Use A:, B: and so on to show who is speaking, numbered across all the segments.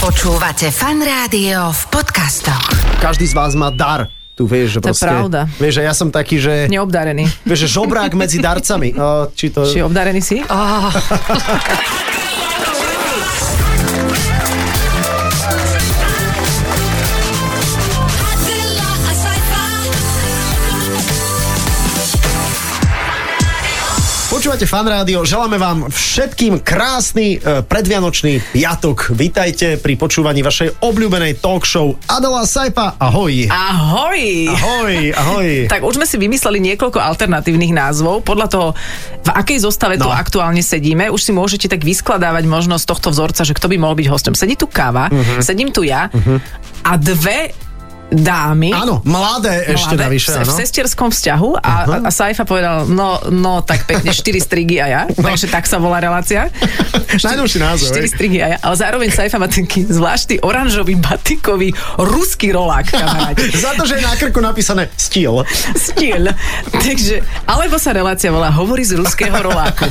A: Počúvate fan rádio v podcastoch.
B: Každý z vás má dar. Tu vieš, že
C: To je
B: proste,
C: pravda.
B: Vieš, že ja som taký, že...
C: Neobdarený.
B: Vieš, že žobrák medzi darcami. O, či to...
C: Či obdarený si?
A: Oh,
B: Počúvate fan rádio, želáme vám všetkým krásny e, predvianočný piatok. Vítajte pri počúvaní vašej obľúbenej talk show Adela Saipa. Ahoj.
C: Ahoj!
B: Ahoj, ahoj.
C: Tak už sme si vymysleli niekoľko alternatívnych názvov. Podľa toho, v akej zostave no. tu
B: No.
C: aktuálne sedíme, už si môžete tak vyskladávať možnosť tohto vzorca, že kto by mohol byť hostom. Sedí tu káva, uh-huh. sedím tu ja uh-huh. a dve dámy.
B: Áno, mladé ešte
C: mladé,
B: navyše,
C: No,
B: áno.
C: v sestierskom vzťahu a, a, a Saifa povedal, no, no tak pekne, 4 strigy a ja, no. takže tak sa volá relácia.
B: Najnovší názov, hej.
C: Štyri strihy a ja. Ale zároveň Saifa má taký zvláštny oranžový batikový ruský rolák, kamaráti.
B: Za to, že je na krku napísané stíl.
C: Stiel. Takže, alebo sa relácia volá Hovory z ruského roláku.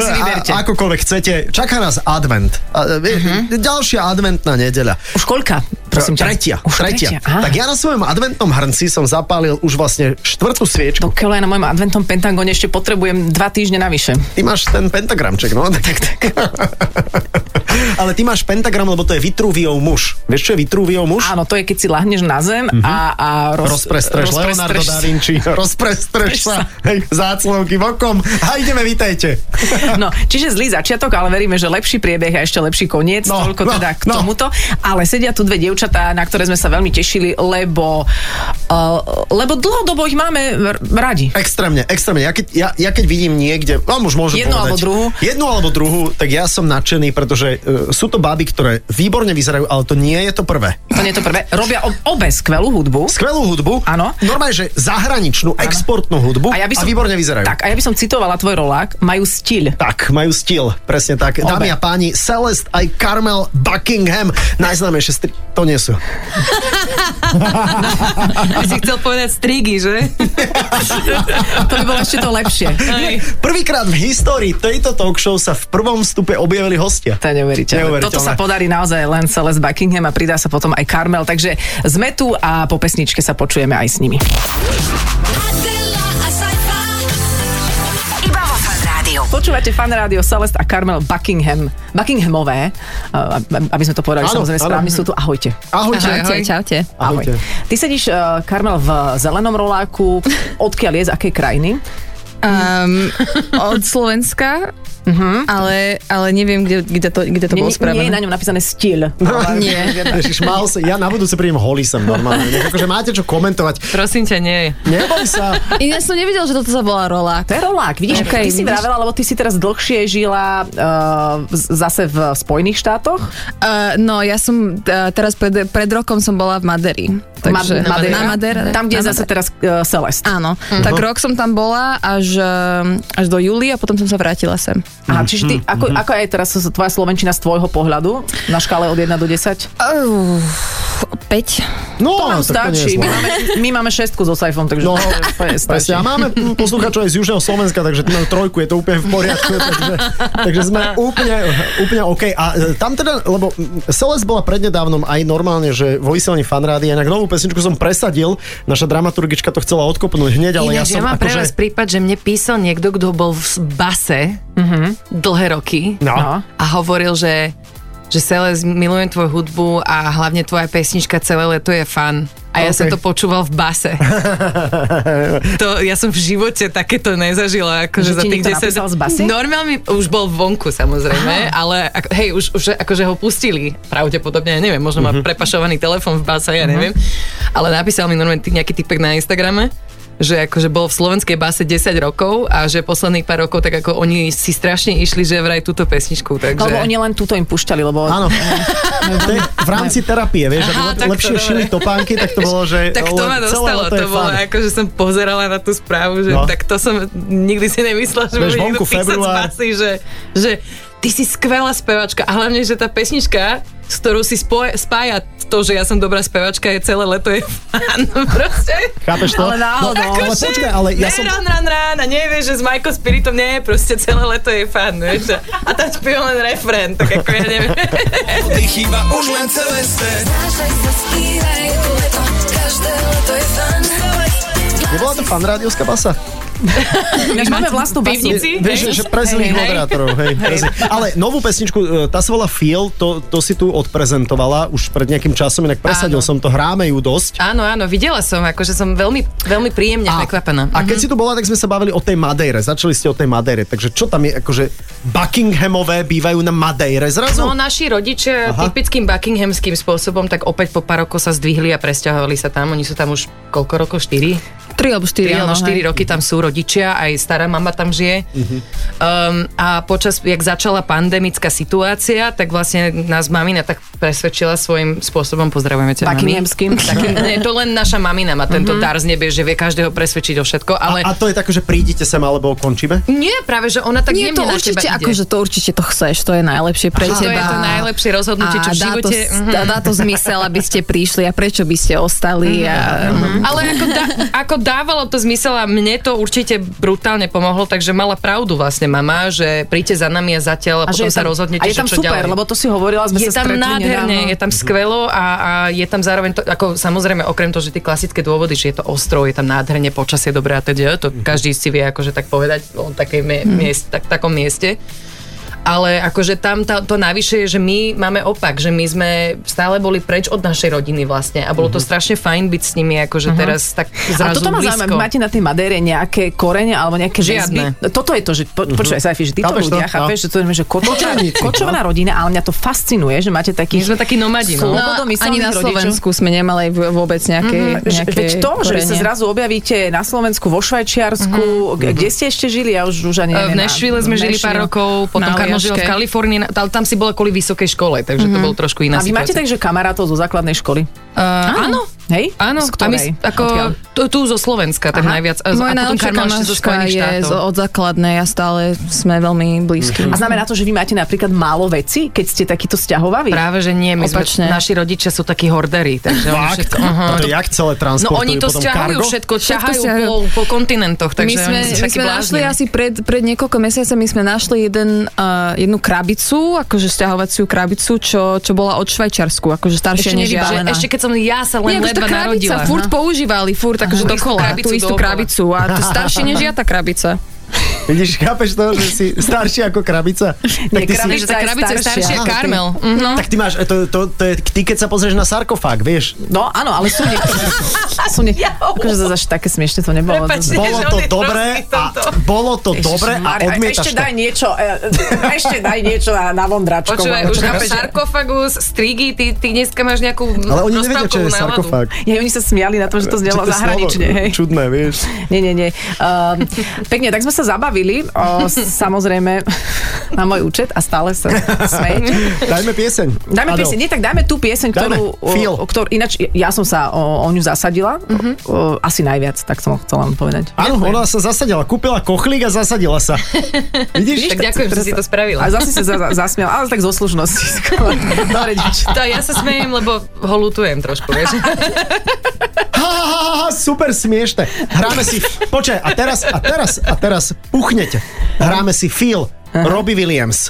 C: Si vyberte.
B: A, akokoľvek chcete. Čaká nás advent. A, uh-huh.
C: Mhm.
B: Ďalšia adventná nedeľa.
C: Už koľka? Prosím ťa.
B: tretia.
C: Už tretia. Á,
B: Tak ja na svojom adventnom hrnci som zapálil už vlastne štvrtú sviečku.
C: Do keľa na mojom adventom Pentagone ešte potrebujem dva týždne navyše.
B: Ty máš ten pentagramček, no? Tak, tak. Ale ty máš pentagram, lebo to je Vitruviov muž. Vieš, čo je Vitruviov muž?
C: Áno, to je, keď si lahneš na zem a, a roz,
B: Rozprestreš, Mhm. Leonardo da Vinci. Rozprestreš sa. Hej, záclovky bokom. A ideme, vítajte.
C: No, čiže zlý začiatok, ale veríme, že lepší priebeh a ešte lepší koniec, no,
B: No,
C: toľko
B: no,
C: teda k
B: no.
C: tomuto. Ale sedia tu dve dievčatá, na ktoré sme sa veľmi tešili, lebo, uh, lebo dlhodobo ich máme r- radi.
B: Extrémne, extrémne. Ja keď, ja, ja keď vidím niekde, vám už môžem
C: Jednu
B: povedať,
C: alebo druhú?
B: Jednu alebo druhú, tak ja som nadšený, pretože uh, sú to baby, ktoré výborne vyzerajú, ale to nie je to prvé.
C: To nie je to prvé. Robia ob- obe skvelú hudbu.
B: Skvelú hudbu,
C: Áno.
B: normálne, že zahraničnú, ano. exportnú hudbu a, ja by som, a výborne vyzerajú.
C: Tak, a ja by som citovala tvoj rolák, majú stil.
B: Tak, majú stil, presne tak. Obe. Dámy a páni, Celest aj Carmel Buckingham, najznámejšie stri... To nie sú.
D: si chcel povedať strigy, že?
C: To by bolo ešte to lepšie.
D: Hej.
B: Prvýkrát v histórii tejto talk show sa v prvom stupe objavili hostia.
C: To je neuveriteľné.
B: Neuveriteľné.
C: Toto sa podarí naozaj len Celeste Buckingham a pridá sa potom aj Carmel. Takže sme tu a po pesničke sa počujeme aj s nimi.
A: iba vo fan rádiu.
C: Počúvate fan rádio Celest a Carmel Buckingham. Buckinghamové, a- aby sme to povedali,
B: Áno,
C: áno, samozrejme
B: áno.
C: správne sú tu. Ahojte.
B: Ahojte.
D: Čaute, čaute.
C: Ahoj.
B: Ahojte.
C: Ty sedíš, uh, Karmel, v zelenom roláku. Odkiaľ je, z akej krajiny?
D: Um, od Slovenska, Mhm. ale, ale neviem, kde, kde to, kde to
C: Nie, nie,
D: bolo
C: nie je na
D: spravené.
C: ňom napísané stil.
D: Nie.
B: No, Ježiš, mal sa, ja na budúce prídem holý sem normálne. Nech Akože máte čo komentovať.
E: Prosím ťa, nie.
B: Neboj sa.
D: Ja som nevedel, že toto sa volá rolák.
C: To je rolák, vidíš?
D: Okay,
C: ty si
D: vidíš?
C: vravela, lebo ty si teraz dlhšie žila uh, zase v Spojených štátoch.
D: Uh, no, ja som uh, teraz pred, pred rokom som bola v Maderi. Takže,
C: Ma-
D: Na Mhm. Madere.
C: Tam, kde
D: na
C: je zase
D: Madere.
C: teraz uh, Celest.
D: Áno, uh-huh. tak rok som tam bola až, um, až do júli a potom som sa vrátila sem.
B: Mhm,
C: Aha, čiže ty, ako, ako je teraz tvoja slovenčina z tvojho pohľadu na škále od 1 do 10?
D: Uh, 5.
B: No,
C: To nám
B: tak nie je zlé.
C: stačí. My máme, my máme šestku so Saifom, takže
B: No,
C: to je úplne stačí.
B: presne. A máme mm, poslucháčov aj z Južného Slovenska, takže majú trojku, je to úplne v poriadku. takže, takže sme úplne, úplne OK. A e, tam teda, lebo mm, Celeste bola prednedávnom aj normálne, že vo vysielaní fanrády, inak novú pesničku som presadil, naša dramaturgička to chcela odkopnúť hneď, ale
E: Ináč,
B: ja som
E: mám pre No, vás
B: akože...
E: prípad, že mne písal niekto, kto bol v s- base
D: Mhm.
E: dlhé roky
C: No.
B: No.
E: a hovoril, že že Celes, milujem tvoju hudbu a hlavne tvoja pesnička celé leto je fan. A ja
B: OK.
E: som to počúval v base. to, ja som v živote takéto nezažila,
C: Že
E: akože za
C: ti
E: tých No,
C: niekto
E: 10...
C: napísal z basy?
E: Normálne už bol vonku samozrejme, ale ako, hej, už, už akože ho pustili pravdepodobne, ja neviem, možno
C: Mhm.
E: má prepašovaný telefon v base, ja neviem. Ale napísal mi normálne ty- nejaký typek na Instagrame, že akože bol v slovenskej base 10 rokov a že posledných pár rokov tak ako oni si strašne išli, že vraj túto pesničku, takže...
C: Lebo oni len túto im pušťali, lebo...
B: Áno. To je v rámci terapie, vieš,
E: Aha,
B: aby
E: tak to
B: lepšie
E: dobre.
B: šili topánky, tak to bolo, že
E: Tak to
B: len
E: ma
B: No, celé
E: dostalo,
B: leto
E: to,
B: je
E: bolo
B: fun.
E: ako, že som pozerala na tú správu, že
B: No.
E: no. tak to som nikdy si nemyslela, že
B: Vieš,
E: bude
B: vonku
E: niekto písať z
B: február.
E: basy, že, že ty si skvelá spevačka a hlavne, že tá pesnička, s ktorou si spoje, spája to, že ja som dobrá spevačka, je celé leto je fan, proste. akože
B: Chápeš to?
C: Ale náhodou.
B: No, ale počkaj, ale ja
E: ne, no.
B: som...
E: Ran, ran, ran, a nevieš, že s Majko Spiritom nie, proste celé leto je fan, vieš. A- A tam spieva len refrén, tak ako ja neviem.
F: Ty chýba už len celeste
G: Zažaj, zaspívaj, leto, každé leto je fun.
B: Nebola to fan rádiovská basa?
C: Ináč máme vlastnú basu.
E: Pivnici?
B: Vieš, že, že pre zlých moderátorov. Hej, pre zlých. Ale novú pesničku, e, tá sa volá Feel, to, to si tu odprezentovala už pred nejakým časom, inak presadil
E: Áno.
B: som to, hráme ju dosť.
E: Áno, áno, videla som, akože som veľmi, veľmi príjemne prekvapená.
B: a keď si tu bola, tak sme sa bavili o tej Madejre. Začali ste o tej Madejre. Takže čo tam je, akože Buckinghamové bývajú na Madejre zrazu?
E: No, naši rodičia
B: Aha.
E: Aha. typickým buckinghamským spôsobom tak opäť po pár rokov sa zdvihli a presťahovali sa tam. Oni sú tam už koľko rokov? 4?
D: 3 alebo
E: 3
D: 4,
E: alebo 4
D: 4
E: roky tam sú rodičia, aj stará mama tam žije.
B: Mhm.
E: Um, a počas, jak začala pandemická situácia, tak vlastne nás mamina tak presvedčila svojím spôsobom, pozdravujeme ťa, mami.
C: Buckinghamským.
E: Takým, nie, to len naša mamina má tento dar z nebie, že vie každého presvedčiť o všetko, ale...
B: Mhm. A to je také, že prídite sem alebo končíme?
E: nie, práve, že ona tak
D: Nie,
E: jemne
D: to
E: na
D: určite,
E: teba ide.
D: akože to určite to chceš, to je najlepšie pre
E: Že to
D: teba.
E: je to najlepšie rozhodnutie, čo v
D: a dá
E: živote-
D: To,
E: Mhm.
D: dá, dá to zmysel, aby ste prišli a prečo by ste ostali.
E: Mhm.
D: A,
E: Ale ako, dá, ako dávalo to zmysel a mne to určite brutálne pomohlo, takže mala pravdu vlastne mama, že príďte za nami a zatiaľ a,
C: A že
E: potom
C: je
E: sa
C: tam-
E: rozhodnete,
C: A je
E: že
C: tam
E: čo
C: super,
E: ďalej.
C: lebo to si hovorila, sme
E: je
C: sa
E: tam
C: stretli
E: nádherne,
C: nedávno. Mhm.
E: je tam skvelo a, a je tam zároveň to, ako samozrejme, okrem toho, že tie klasické dôvody, že je to ostro, je tam nádherne, počasie dobré a teda, to
C: Mhm.
E: každý si vie akože tak povedať o takej mie- miest, tak, takom mieste. Ale akože tam tá, to navyše je, že my máme opak, že my sme stále boli preč od našej rodiny vlastne a bolo to strašne fajn byť s nimi akože teraz tak
C: Mhm. A
E: zrazu
C: toto ma
E: blízko.
C: zaujíma, vy máte na tej Madére nejaké korene alebo nejaké
E: Žiadne.
C: väzby? Toto je to, že po, počúvaj Saifi, že
B: Mhm.
C: títo
B: Chápeš to?
C: ľudia,
B: No.
C: chápeš, že to je, že kočovná,
B: Kočovníci,
C: kočovná rodina, ale mňa to fascinuje, že máte
E: My
C: taký...
E: sme takí nomadi, no.
C: slobodomyselných
D: ani na
C: rodičov.
D: Slovensku sme nemali v- vôbec
E: Mhm.
D: nejaké,
C: Že-
D: Mm-hmm. nejaké
C: Veď to, že vy sa
D: korenie. Mm-hmm.
C: zrazu objavíte na Slovensku, vo Švajčiarsku, k- kde ste ešte žili? Ja už, už ani
E: E,
C: neviem.
E: V Nashville
C: Na-
E: sme
C: v
E: žili
C: Nashville.
E: pár rokov, potom
D: Na
E: Karma žila v
D: Aljaške.
E: Kalifornii, na- tam tam si bola kvôli vysokej škole, takže to bolo trošku
C: Mhm. A
E: iná
C: vy máte takže
E: situácia.
C: kamarátov zo základnej školy?
E: Uh, áno,
C: Hej?
E: áno.
C: Z
E: a my,
C: ktorej?
E: s- ako,
C: Odkiaľ?
E: tu, tu zo Slovenska, tak
C: Aha.
E: najviac. A, a
D: Moja
E: potom
D: najlepšia
E: Karma ešte zo
D: kamoška
E: Spojených
D: je z,
E: štátov. Mhm.
D: od základnej a stále sme veľmi blízki.
C: A znamená to, že vy máte napríklad málo veci, keď ste takýto sťahovaví?
E: Práve, že nie, my
D: Opačne.
E: sme, naši rodičia sú takí hordery, takže oni všetko... aha.
B: A to jak celé
E: No
B: transportujú
E: oni to
B: potom
E: sťahujú
B: kargo?
E: všetko, ťahajú
D: sťahujú.
E: po, po kontinentoch, takže
D: my sme,
E: oni sú
D: my
E: takí
D: sme našli
E: blázni.
D: asi pred, pred niekoľko mesiacami sme našli jeden, uh, jednu krabicu, akože stiahovaciu krabicu, čo, čo bola od Švajčarsku, akože
E: ešte,
D: staršia než
E: nevybalená.
D: ja.
E: ešte keď som ja sa
D: Nie,
E: len
D: akože
E: ledva
D: tá krabica,
E: narodila.
D: furt používali, furt, akože
E: Tú istú
D: dokola,
E: krabicu
D: tú istú
E: dookola.
D: krabicu a to staršie než ja tá krabica.
B: Vidíš, chápeš to, že si starší ako krabica? Tak ty, si,
E: Vieš, tá krabica je staršia,
B: Aha,
E: Karmel. Mhm.
B: tak ty máš, e, to, to, to je, ty keď sa pozrieš na sarkofág, vieš,
C: No áno, ale sú niektoré. sú nie... Akože zase až také smiešne to nebolo.
E: Prepačte.
B: bolo
E: Ježiš,
B: to
E: on je
B: dobré
E: prostý v
B: a
E: tomto.
B: bolo to dobré a
C: Mária,
B: odmietaš
C: ešte
B: to.
C: daj niečo, e, ešte daj niečo na, na vondračko.
E: Počúvaj, už chápeš, sarkofagus, strigy, ty, ty dneska máš nejakú
B: Ale oni nevedia, čo
E: rozprávkovú
B: je
E: náladu.
B: sarkofág.
C: Ja, oni sa smiali na to, že to
B: Čo
C: znelo
B: to
C: zahranične.
B: slovo?
C: Hej.
B: Čudné, vieš.
C: Nie, nie, nie. Um, pekne, tak sme sa zabavili, o, s- samozrejme, na môj účet a stále sa smejete.
B: Dajme pieseň.
C: Dáme
B: Adel.
C: pieseň, nie, tak dáme tú pieseň,
B: Dáme.
C: ktorú,
B: Feel.
C: o, ktorú ináč, ja som sa o, o ňu zasadila, o, asi najviac, tak som chcela len povedať.
B: Áno, ona sa zasadila, kúpila kochlík a zasadila sa. Vidíš?
E: Tak ďakujem, že si to spravila.
C: A zase si sa za- zasmial, ale tak zo slušnosti. skôr. Dobre, dievčatá.
E: To ja sa smejem, lebo ho lutujem trošku, vieš.
B: Ha, ha, ha, ha, super smiešne. Hráme si... Počkaj, a teraz, a teraz, a teraz puchnete. Hráme si Phil, Robbie Williams.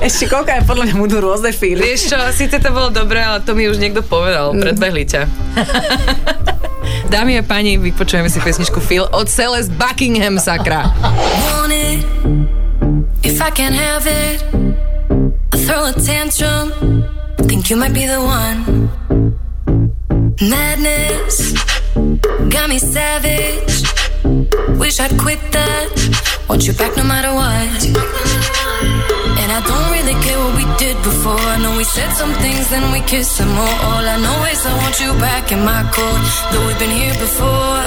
C: Ešte koľko aj podľa mňa budú rôzne firmy.
E: Vieš čo, síce to bolo dobré, ale to mi už niekto povedal, predbehli ťa. Dámy a páni, vypočujeme si pesničku Phil od Celeste Buckingham, sakra.
G: Want it, if I can have it, I throw a tantrum. Think you might be the one. Madness got me savage. Wish I'd quit that. Want you back no matter what. And I don't really care what we did before. I know we said some things, then we kissed some more. All I know is I want you back in my court. Though we've been here before.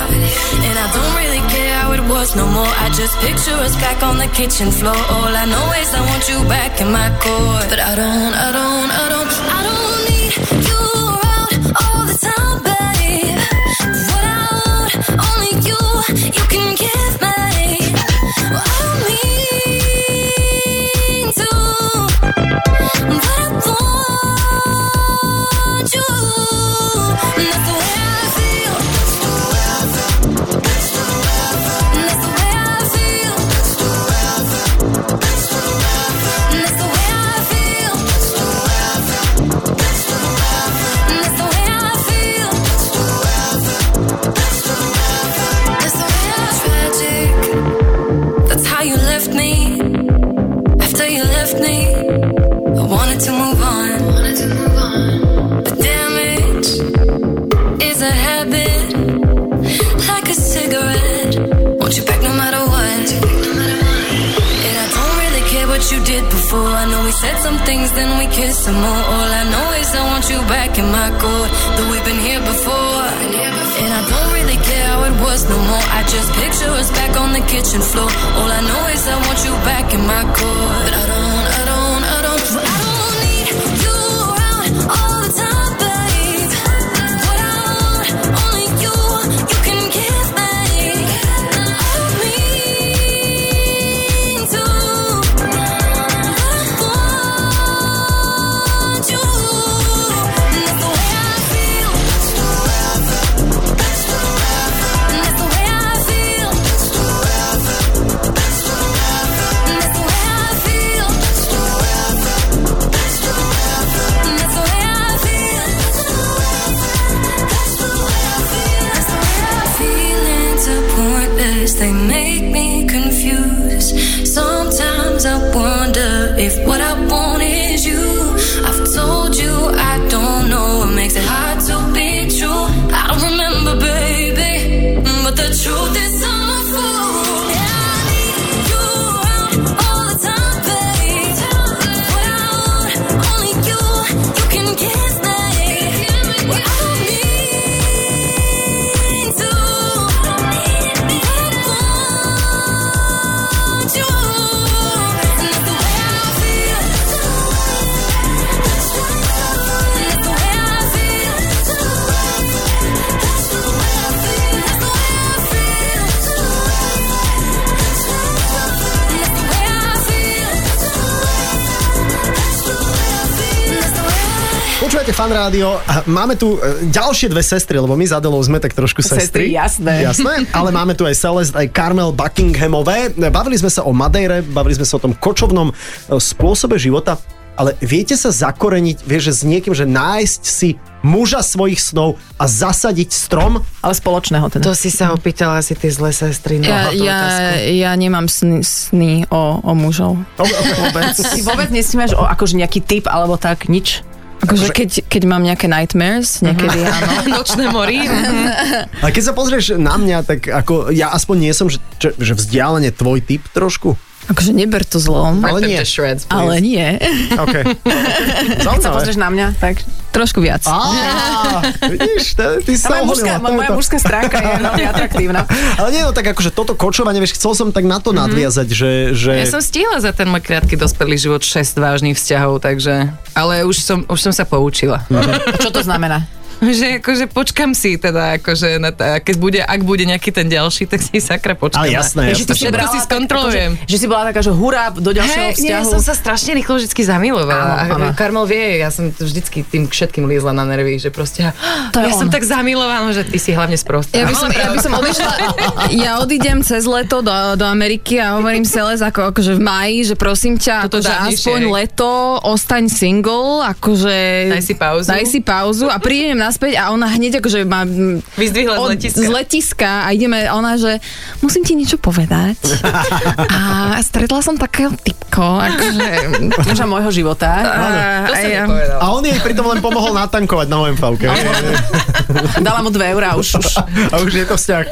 G: And I don't really care how it was no more. I just picture us back on the kitchen floor. All I know is I want you back in my court. But I don't, I don't, I don't, I don't need you around all the time, babe. What I want, only you, you can give me. Well, I before. I know we said some things, then we kissed some more. All I know is I want you back in my court. Though we've been here before, and I don't really care how it was no more. I just picture us back on the kitchen floor. All I know is I want you back in my court. But I don't, I don't, I don't, I don't need you around all the time, babe. What I want, only you, you can give me. I don't mean to. I want you. And that's the way I feel. And that's the way I feel. And that's the way I feel. And that's the way I feel. That's the way I feel. That's the way I feel. Feelings are pointless. They make me confused. Sometimes I wonder if what I want is you. I've told you I don't know what makes it hard to be true. I don't remember, baby, but the truth is I'm a fool. And I need you around all the time, babe. What I want, only you, you can give me. What I need to, I want you, and that's the way I feel. That's the way I feel. That's the way I feel. That's the way I feel. That's the way I feel. That's the way I feel. That's the way I feel.
B: Počúvate fan rádio, a máme tu e, ďalšie dve sestry, lebo my s Adelou sme tak trošku sestry.
C: Sestry, jasné.
B: Jasné, ale máme tu aj Celest, aj Carmel Buckinghamové. Bavili sme sa o Madeire, bavili sme sa o tom kočovnom e, spôsobe života, ale viete sa zakoreniť, vieš, že s niekým, že nájsť si muža svojich snov a zasadiť strom?
C: Ale spoločného teda.
H: To si sa opýtala asi tie zlé sestry. No,
D: Ja, ja, ja nemám sny, sny o, o mužov.
B: O, o, vôbec.
C: Ty vôbec nesnímaš o akože nejaký typ alebo tak, nič?
D: Akože keď, keď mám nejaké nightmares, niekedy áno.
E: Nočné mori.
B: A keď sa pozrieš na mňa, tak ako ja aspoň nie som, že, že- že vzdialene tvoj typ trošku.
D: Akože neber to zlom,
B: Ale nie.
E: To shreds.
D: ale nie.
B: OK.
C: Keď sa
B: No,
C: pozrieš na mňa, tak...
D: Trošku viac.
B: Á, vidíš, to- ty si
C: Tá
B: sa
C: moja mužská,
B: oholila. to je
C: moja
B: to.
C: mužská stránka je veľmi atraktívna.
B: Ale nie, no tak akože toto kočovanie, vieš, chcel som tak na
C: Mhm.
B: to nadviazať, že... že...
E: Ja som stihla za ten môj krátky dospelý život 6 vážnych vzťahov, takže... Ale už som, už som sa poučila.
C: A čo to znamená?
E: že akože počkam si teda, akože na tá, keď bude, ak bude nejaký ten ďalší, tak si sakra počkam.
B: Ale jasné,
E: Takže
B: jasné.
E: to všetko si
C: tak-
E: skontrolujem.
C: akože, že si bola taká, že hurá do ďalšieho
E: Hej, nie, ja
C: vzťahu.
E: som sa strašne rýchlo vždycky zamilovala.
C: Áno, áno.
E: A Karmel vie, ja som vždycky tým všetkým liezla na nervy, že proste "Ah,
D: To
E: ja
D: je
E: som
D: on.
E: tak zamilovaná, že ty si hlavne sprostá.
D: Ja by, som, ja by som odišla, ja odídem cez leto do, do Ameriky a hovorím Seles ako, akože v maji, že prosím ťa,
E: Toto
D: akože
E: dávnejšie,
D: aspoň
E: hej.
D: leto, ostaň single, akože...
E: Daj si pauzu.
D: Daj si pauzu a prídem naspäť a ona hneď akože ma... m,
E: Vyzdvihla z letiska.
D: z letiska a ideme, a ona, že musím ti niečo povedať. a stretla som takého typko, akože...
C: Muža môjho života.
D: A,
E: To
D: a
E: som
D: ja-
E: nepovedala.
B: A on jej pritom len pomohol natankovať na omv
C: Dala mu 2 eurá už, už.
B: A už je to vzťah.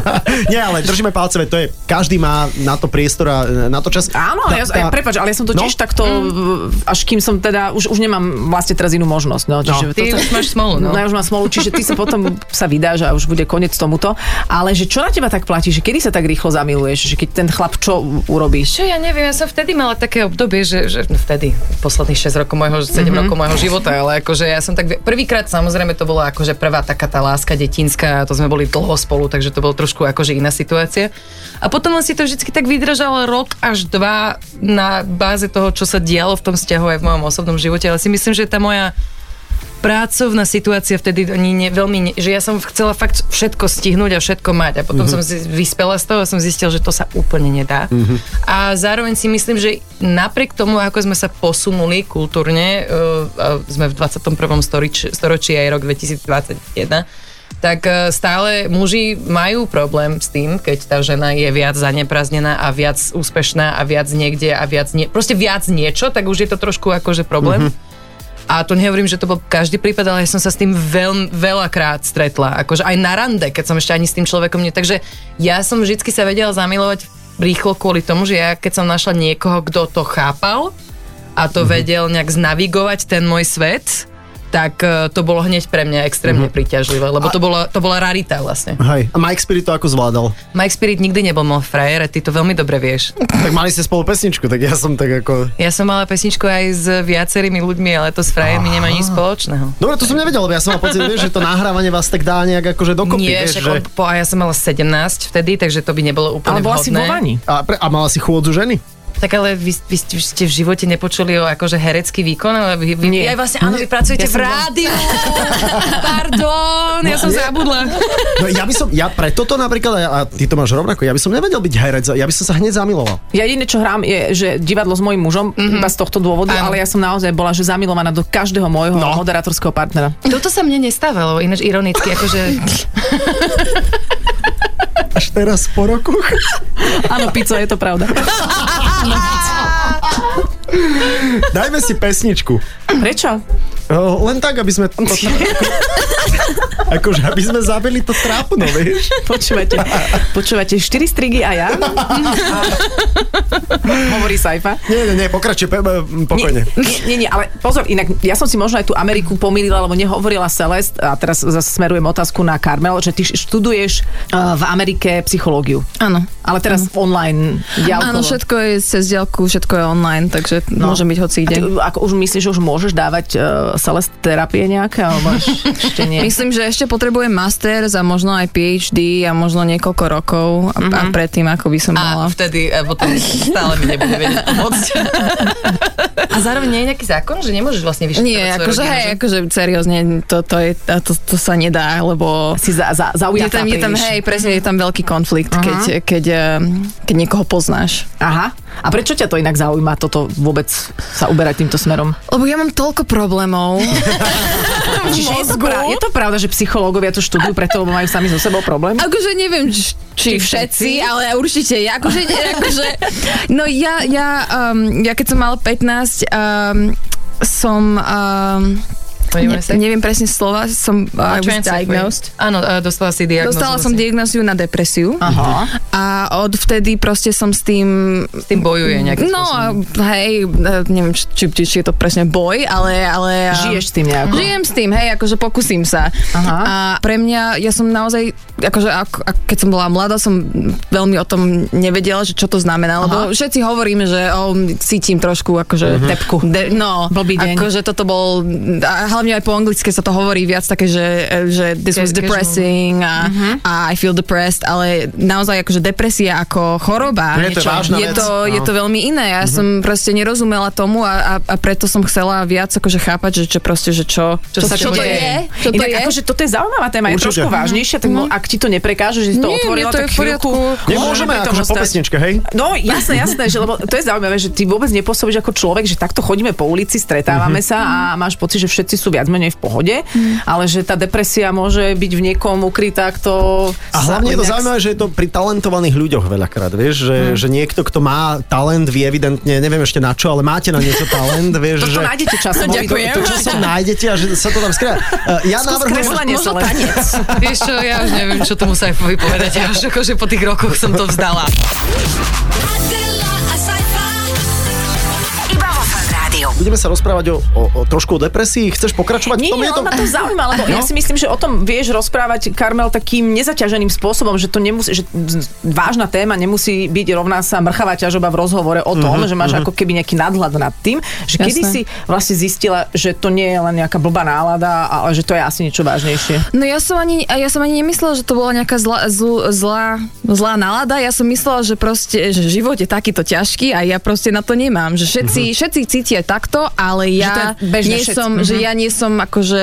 B: Nie, ale držíme palce, veď to je, každý má na to priestor a e, na to čas.
C: Áno,
B: Tá-
C: ja,
B: No, tá-
C: ja, prepáč, ale ja som to
B: No.
C: tiež takto, mm. až kým som teda, už, už nemám vlastne teraz inú možnosť. No, čiže
E: Ty
C: toto-
E: už máš smolu, no.
C: No ja už mám smolu, čiže ty sa potom sa vydáš a už bude koniec tomuto. Ale že čo na teba tak platí, že kedy sa tak rýchlo zamiluješ, že keď ten chlap čo urobíš?
E: Čo ja neviem, ja som vtedy mala také obdobie, že, že no vtedy, posledných 6 rokov mojho, 7 mm-hmm. rokov mojho života, ale akože ja som tak, prvýkrát samozrejme to bola akože prvá taká tá láska detinská, to sme boli dlho spolu, takže to bolo trošku akože iná situácia. A potom on si to vždy tak vydržal rok až dva na báze toho, čo sa dialo v tom vzťahu aj v mojom osobnom živote, ale si myslím, že tá moja pracovná situácia vtedy ani ne, veľmi, ne, že ja som chcela fakt všetko stihnúť a všetko mať a potom mm-hmm. som si vyspela z toho a som zistila, že to sa úplne nedá. Mm-hmm. A zároveň si myslím, že napriek tomu, ako sme sa posunuli kultúrne, uh, sme v 21. Storič, storočí aj rok 2021, tak eh, stále muži majú problém s tým, keď tá žena je viac zanepraznená a viac úspešná a viac niekde a viac nie, proste viac niečo, tak už je to trošku akože problém. Mm-hmm. A to nehovorím, že to bol každý prípad, ale ja som sa s tým veľ, veľakrát stretla. Akože aj na rande, keď som ešte ani s tým človekom nie. Takže ja som vždycky sa vedela zamilovať rýchlo kvôli tomu, že ja keď som našla niekoho, kto to chápal, a to vedel nejak znavigovať ten môj svet, tak e, to bolo hneď pre mňa extrémne príťažlivé, lebo to, bola, to bola rarita vlastne.
B: Hej, a Mike Spirit to ako zvládal?
E: Mike Spirit nikdy nebol môj frajer, a ty to veľmi dobre vieš.
B: Tak mali ste spolu pesničku, tak ja som tak ako...
E: Ja som mala pesničku aj s viacerými ľuďmi, ale to s frajermi nemá nič spoločného.
B: Dobre, to som nevedel, lebo ja som mal pocit, vieš, že to nahrávanie vás tak dá nejak akože dokopy,
E: Nie,
B: vieš,
E: však
B: že...
E: on- po, a ja som mala 17 vtedy, takže to by nebolo úplne
C: Ale bola si
E: vhodné.
C: vo vani.
B: A, pre, a mala si chôdzu ženy?
E: Tak ale vy, vy, ste- vy ste v živote nepočuli o akože herecký výkon, ale vy, vy
C: Nie.
E: aj vlastne, áno, vy
C: Ja
E: pracujete v
C: som bola-
E: rádiu. Pardon, ja som
B: nie.
E: zabudla.
B: No ja by som, ja pre toto napríklad, a, a ty to máš rovnako, ja by som nevedel byť herec, ja by som sa hneď zamiloval.
C: Ja jediné, čo hrám, je, že divadlo s mojím mužom,
D: Mhm.
C: mm-hmm. iba z tohto dôvodu,
E: Áno.
C: ale ja som naozaj bola, že zamilovaná do každého môjho no. moderátorského partnera.
E: Toto sa mne nestávalo, ináč ironicky, akože
B: Až teraz po roku.
C: Áno, pico, je to pravda.
B: Dajme si pesničku.
C: Prečo?
B: O, Len tak, aby sme... To, akože, aby sme zabili to trápno, vieš?
C: Počúvate, počúvate 4 strigy a ja. A- Hovorí Saifa.
B: Nie, nie, nie, pokračuj, pe, pe- pokojne.
C: Nie, nie, nie, nie, ale pozor, inak ja som si možno aj tú Ameriku pomýlila, lebo nehovorila Celest, a teraz zase smerujem otázku na Karmel, že ty študuješ uh, v Amerike psychológiu.
D: Áno.
C: Ale teraz online.
D: Áno,
C: ďalkovo.
D: všetko je cez diaľku, všetko je online, takže no. môže byť hoci
C: A
D: kde.
C: ty, ako už myslíš, že už môžeš dávať
D: e,
C: uh, Celest terapie nejaké, alebo až ešte nie?
D: Myslím, že ešte potrebujem master a možno aj PhD a možno niekoľko rokov a, a predtým, ako by som
E: a
D: mala.
E: vtedy e, potom stále mi nebude vedieť pomôcť. A zároveň nie je nejaký zákon, že nemôžeš vlastne vyšetrovať
D: Nie,
E: svoje
D: akože
E: rodinu,
D: hej,
E: že?
D: akože seriózne, to, to, je, a to, to sa nedá, lebo
C: Si za, za,
D: je
C: zaujatá
D: tam, je tam,
C: príliš.
D: hej, presne, je tam veľký konflikt, keď, keď, ehm, keď niekoho poznáš.
C: Aha. A prečo ťa to inak zaujíma, toto vôbec sa uberať týmto smerom?
D: Lebo ja mám toľko problémov.
C: Čiže je to, pra- je to pravda, že psychológovia to študujú preto, lebo majú sami so sebou problém?
D: Akože neviem, č- či všetci, ale určite ja. Akože, akože, no ja, ja, um, ja keď som mala 15, um, som... Um,
E: Poviem
D: ne,
E: si.
D: neviem presne slova, som uh, I was
E: Translate,
D: diagnosed.
E: poviem. Áno, e, dostala si diagnózu.
D: Dostala som
E: vlastne.
D: diagnóziu na depresiu
C: Aha.
D: a odvtedy proste som s tým...
E: S tým bojuje nejakým
D: No,
E: spôsobom.
D: a hej, eh, neviem, či, či, či je to presne boj, ale... ale um,
C: Žiješ s tým nejako?
D: Žijem s tým, hej, akože pokúsim sa.
C: Aha.
D: A pre mňa, ja som naozaj, akože ak, ak, keď som bola mladá, som veľmi o tom nevedela, že čo to znamená, lebo všetci hovoríme, že o, cítim trošku akože uh-huh. tepku. De, no,
C: Blbý deň.
D: akože toto bol, a hlavne aj po anglicky sa to hovorí viac také, že, že this was
E: Casual.
D: depressing a, uh-huh. a I feel depressed, ale naozaj akože depresia ako choroba.
B: Je to
D: niečo,
B: vážna
D: je
B: vec.
D: to,
B: No.
D: je to veľmi iné. Ja som proste nerozumela tomu a, a, a preto som chcela viac akože chápať, že, že proste, že čo,
E: Čo sa
D: čo to
E: deje?
D: je. Čo to
C: Inak
D: je. Mhm.
C: akože toto je zaujímavá téma, je
B: Určite.
C: trošku vážnejšia, tak no, ak ti to neprekáže, že si to
D: Nie,
C: otvorila,
D: mne to je
C: tak
D: v poriadku.
C: chvíľku-
B: Nemôžeme
C: Môžeme tomu
B: akože po
C: stať.
B: pesničke, hej?
C: No jasné, jasné, že lebo to je zaujímavé, že ty vôbec nepôsobíš ako človek, že takto chodíme po ulici, stretávame sa a máš pocit, že všetci sú viac menej v pohode, ale že tá depresia môže byť v niekom ukrytá, kto...
B: A
C: sa
B: hlavne je to
C: nejak-
B: zaujímavé, že je to pri talentovaných ľuďoch veľakrát, vieš, že,
E: Hm.
B: mm. že niekto, kto má talent, vie evidentne, neviem ešte na čo, ale máte na niečo talent, vieš, že...
C: Toto nájdete časom.
B: Ďakujem. To, to, časom nájdete a že sa to tam skrie. Eh, Ja navrhujem...
C: Kreslenie sa len.
E: Vieš čo, ja už neviem, čo tomu Saifovi povedať. Ja už akože po tých rokoch som to vzdala.
G: Adela, a sci-fi.
A: Iba vo Fan Rádiu.
B: Budeme sa rozprávať o, o, o trošku o depresii. Chceš pokračovať v
C: Nie,
B: tom?
C: nie,
B: Je
C: to... ma to zaujíma, lebo no? ja si myslím, že o tom vieš rozprávať, Karmel, takým nezaťaženým spôsobom, že to nemusí, že vážna téma nemusí byť rovná sa mrchavá ťažoba v rozhovore o tom,
B: Mhm,
C: mm-hmm, že máš mm-hmm. ako keby nejaký nadhľad nad tým, že kedy
D: Jasné.
C: si vlastne zistila, že to nie je len nejaká blbá nálada, ale že to je asi niečo vážnejšie.
D: No ja som ani, a ja som ani nemyslela, že to bola nejaká zlá, zl, zlá, zlá nálada. Ja som myslela, že proste, že život je takýto ťažký a ja proste na to nemám. Že všetci, mm-hmm. všetci cítia takto, ale ja
C: Mhm. to je bežné
D: nie
C: všetci.
D: som, mm-hmm. že ja nie som akože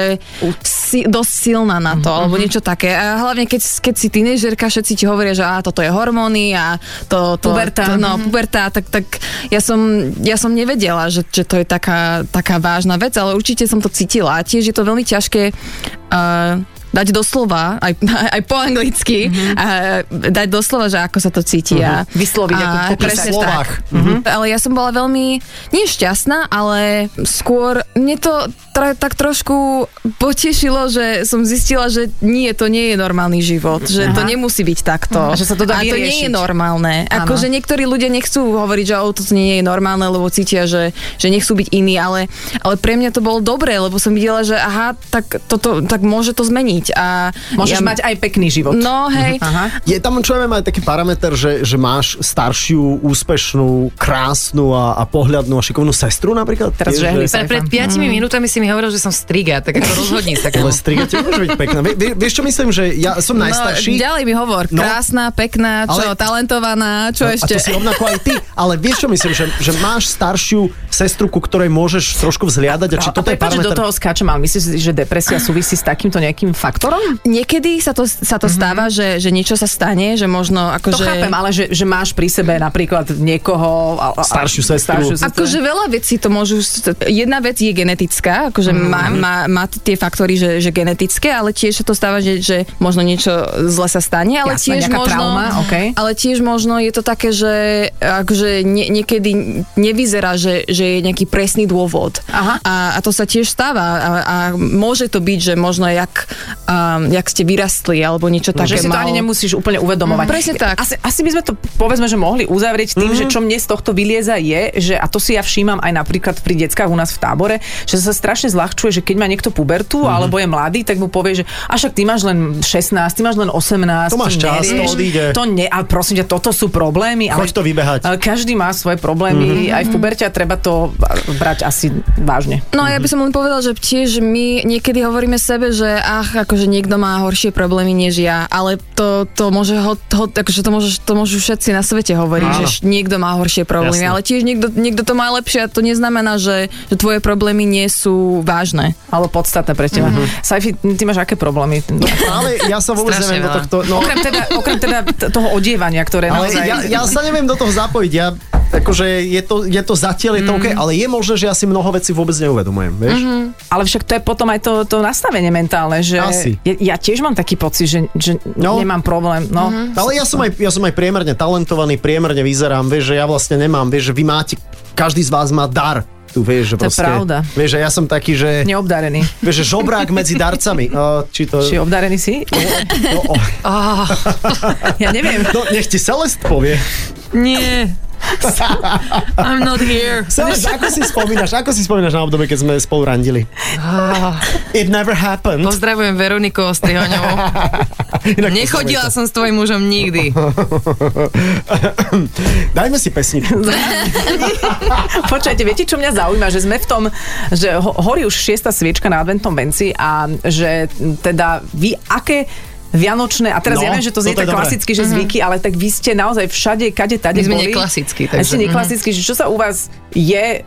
D: si, dosť silná na to, mm-hmm. alebo niečo také. A hlavne keď, keď si tínežerka, všetci ti hovoria, že á, toto je hormóny a to, to,
C: Puberta.
D: to no, puberta, tak, tak ja, som, ja som nevedela, že, že to je taká, taká vážna vec, ale určite som to cítila. A tiež je to veľmi ťažké uh, dať do slova, aj, aj po anglicky, mm-hmm. a dať do slova, že ako sa to cíti. Mm-hmm. A,
C: Vysloviť,
D: a,
C: ako popísať.
D: presne
B: V slovách.
D: tak.
C: Mhm.
D: Mm-hmm. Ale ja som bola veľmi nešťastná, ale skôr mne to tra- tak trošku potešilo, že som zistila, že nie, to nie je normálny život, že to nemusí byť takto.
C: A že sa to dá
D: A to nie je
C: vyriešiť.
D: normálne.
C: Áno.
D: Akože niektorí ľudia nechcú hovoriť, že o, to nie je normálne, lebo cítia, že, že nechcú byť iní, ale, ale pre mňa to bolo dobré, lebo som videla, že aha, tak, toto, tak môže to zmeniť. A
C: Môžeš mať aj pekný život.
D: No hej,
C: Aha.
B: Je tam, čo ja viem, aj taký parameter, že, že máš staršiu, úspešnú, krásnu a, a pohľadnú a šikovnú sestru napríklad?
C: Teraz
B: Tiež,
C: žehli
B: že-
C: sa.
E: Pre, pred 5 mm. minútami si mi hovoril, že som striga, tak ako rozhodni sa.
B: Ale
E: kámo.
B: striga ti môže byť pekná. Vie- vie- Vieš, čo myslím, že ja som najstarší.
D: No, ďalej mi hovor,
B: No.
D: krásna, pekná, čo,
B: Ale-
D: talentovaná, čo
B: A-
D: ešte.
B: A to si rovnako aj ty, ale vieš čo myslím, že, že máš staršiu sestru, ku ktorej môžeš trošku vzhliadať a či
C: A
B: toto je
C: No, prepáč, že
B: parameter...
C: do toho skáčem, ale myslíš si, že depresia súvisí s takýmto nejakým faktorom?
D: Niekedy sa to, sa to stáva, že, že niečo sa stane, že možno
C: Mhm. To
D: akože...
C: chápem, ale že, že máš pri sebe napríklad niekoho... A, a,
B: Staršiu sestru.
D: Akože veľa vecí to môžu... Jedna vec je genetická, akože
C: Mhm.
D: má, má, má t- tie faktory, že, že genetické, ale tiež sa to stáva, že, že možno niečo zle sa stane, ale
C: Jasné,
D: tiež
C: nejaká
D: možno...
C: trauma, okej.
D: Ale tiež možno je to také, že akože nie, niekedy nevyzerá, že, že je nejaký presný dôvod.
C: Aha.
D: A, a to sa tiež stáva. A, a môže to byť, že možno jak, um, jak ste vyrastli, alebo niečo také
C: Že si to
D: mal-
C: ani nemusíš úplne uvedomovať.
D: Mm, presne tak.
C: Asi, asi by sme to, povedzme, že mohli uzavrieť tým,
B: Mhm.
C: že čo mne z tohto vylieza je, že, a to si ja všímam aj napríklad pri deckách u nás v tábore, že sa strašne zľahčuje, že keď má niekto
B: Mhm.
C: pubertu alebo je mladý, tak mu povie, že a však ty máš len 16, ty máš len 18,
B: To máš čas, to
C: nerieš,
B: odíde.
C: To ne, ale prosím ťa, toto sú problémy. Ale,
B: Choď to vybehať. Mhm.
C: Ale každý má svoje problémy, aj v puberte a treba to brať asi vážne.
D: No a ja by som len povedal, že tiež my niekedy hovoríme sebe, že ach, akože niekto má horšie problémy než ja, ale to, to môže ho, ho, akože to, môže, to môžu všetci na svete hovoriť,
B: Áno.
D: že š- niekto má horšie problémy,
B: Jasné.
D: ale tiež niekto, niekto to má lepšie a to neznamená, že, že tvoje problémy nie sú vážne.
C: Alebo podstatné pre teba.
B: Mhm.
C: Saifi, ty máš aké problémy?
B: Ale ja sa vôbec
E: Strašne
B: neviem do
E: veľa.
B: tohto... No,
C: Okrem teda, okrem teda t- toho odievania, ktoré
B: ale
C: naozaj...
B: ja, ja sa neviem do toho zapojiť. Ja, akože je to, je to zatiaľ, je to
C: Mhm.
B: OK, ale je možné, že ja si mnoho vecí vôbec neuvedomujem, vieš?
C: Ale však to je potom aj to, to nastavenie mentálne, že
B: Asi.
C: Ja, ja tiež mám taký pocit, že, že
B: No.
C: no. nemám problém. No. Mm-hmm.
B: Ale ja som, aj, ja som aj priemerne talentovaný, priemerne vyzerám, vieš, že ja vlastne nemám, vieš, že vy máte, každý z vás má dar. Tu, vieš, že
C: To je
B: proste,
C: pravda.
B: Vieš, že ja som taký, že,
C: Neobdarený.
B: vieš, že žobrák medzi darcami. Uh, či to...
C: Či obdarený si?
B: No, o,
C: Ja neviem.
B: no, nech ti Celest povie.
E: Nie. I'm not here.
B: Celest, ako si spomínaš, ako si spomínaš na obdobie, keď sme spolu randili? It never happened.
E: Ah, Pozdravujem Veroniku Ostrihoňovú.
B: Inak to
E: Nechodila
B: znamená.
E: som s tvojim mužom nikdy.
B: Dajme si pesničku.
C: Počkajte, viete, čo mňa zaujíma? Že sme v tom, že ho, horí už šiesta sviečka na adventnom venci a že teda vy aké Vianočné, a teraz
B: No,
C: ja viem, že to
B: toto
C: znie
B: je
C: tak
B: dobré.
C: klasicky, že zvyky, ale tak vy ste naozaj všade, kade, tade
E: Mhm. My sme
C: boli.
E: neklasickí,
C: A
E: takže- Mhm.
C: ste neklasickí, že čo sa u vás je,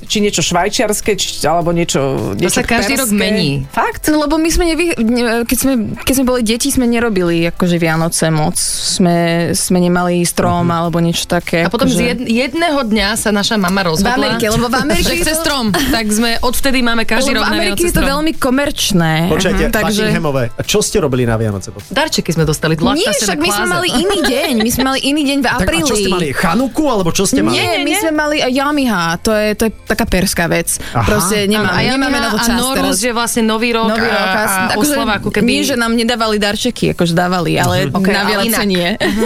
B: No.
C: či niečo švajčiarske, či, alebo niečo,
E: To
C: niečo
E: sa každý rok
C: perské?
E: mení.
D: Fakt? No, lebo my sme, nevy, ne, keď sme, keď sme boli deti, sme nerobili akože Vianoce moc. Sme, sme nemali strom
B: Mhm.
D: alebo niečo
E: A
D: také.
E: potom
D: akože...
E: z jed- jedného dňa sa naša mama rozhodla.
D: Amerike, lebo v Amerike
E: Že
D: je
E: chce
D: to-
E: strom, tak sme odvtedy máme každý rok
D: Lebo v
E: na
D: Amerike
E: Vianoce
D: je to
E: strom.
D: veľmi komerčné.
B: Počkajte,
D: Mhm.
B: Takže... Buckinghamové. A čo ste robili na Vianoce? potom?
E: Darčeky sme dostali, dlačka
D: Nie, však my sme mali iný deň. My sme mali iný deň v
B: Tak a
D: apríli.
B: čo ste mali? Chanuku, alebo čo ste mali?
C: Nie,
D: Nie, my
C: nie.
D: sme mali Yamiha, to je, to je taká perská vec.
B: Aha.
D: Proste nemáme,
E: a ja
D: nemáme na to
E: a
D: čas teraz.
E: Norus je vlastne Nový rok,
D: Nový rok,
E: a, a, u
D: akože
E: Slováku
D: My,
E: keby...
D: že nám nedávali darčeky, akože dávali, ale
B: Mhm.
C: Okay,
D: na
C: ale
D: Vianoce
E: inak. Mhm.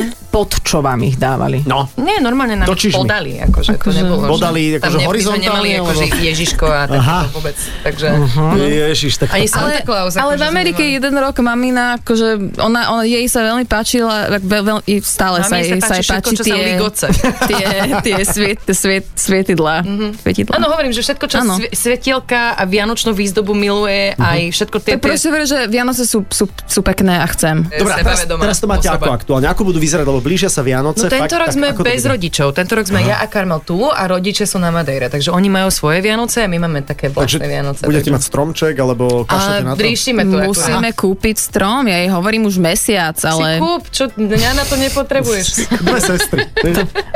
D: nie.
C: Pod čo vám ich dávali?
B: No,
E: Nie, normálne nám
B: Točíš mi.
E: podali, akože, to nebolo. že-
B: Podali, akože
E: tam ne- my sme
B: horizontálne,
E: nemali akože
B: alebo-
E: Ježiško a
B: Aha.
E: takéto vôbec, takže...
D: Mhm.
B: ježiš, tak...
E: Mhm. Ani Santa Claus.
D: ale
E: akože
D: v Amerike
E: sme nemali.
D: jeden rok mamina, akože ona, ona, jej sa veľmi páčila, tak veľ, veľ, i stále sa,
E: Mamine
D: jej, sa,
E: páči
D: jej
E: všetko,
D: páči
E: čo sa
D: tie,
E: ligoce.
D: tie, tie sviet, sviet, svietidla. Svietidla.
E: Mhm. Áno, hovorím, že všetko, čo
D: Áno. Mhm.
E: sve- svetielka a vianočnú výzdobu miluje, aj všetko tie...
D: Tak proste hovorí, že Vianoce sú, sú, sú pekné a chcem.
E: tie
B: Dobre, a teraz,
E: sebavedomá
B: teraz to máte
E: osoba.
B: ako aktuálne? Ako budú vyzerať, lebo blížia sa Vianoce?
E: No tento
B: fakt,
E: rok
B: tak
E: sme
B: ako to
E: bez
B: bude?
E: rodičov. Tento rok sme ja a Karmel tu a rodičia sú na Madeire. Takže oni majú svoje Vianoce a my máme také
B: Takže
E: vlastné Vianoce.
B: budete
E: takže-
B: mať stromček, alebo kašlete na
E: a
B: to?
E: riešime to. ako-
D: Musíme kúpiť strom, ja jej hovorím už mesiac,
E: Aha, Si
D: ale...
E: kúp, čo, ja na to nepotrebuješ.
B: Dve sestry.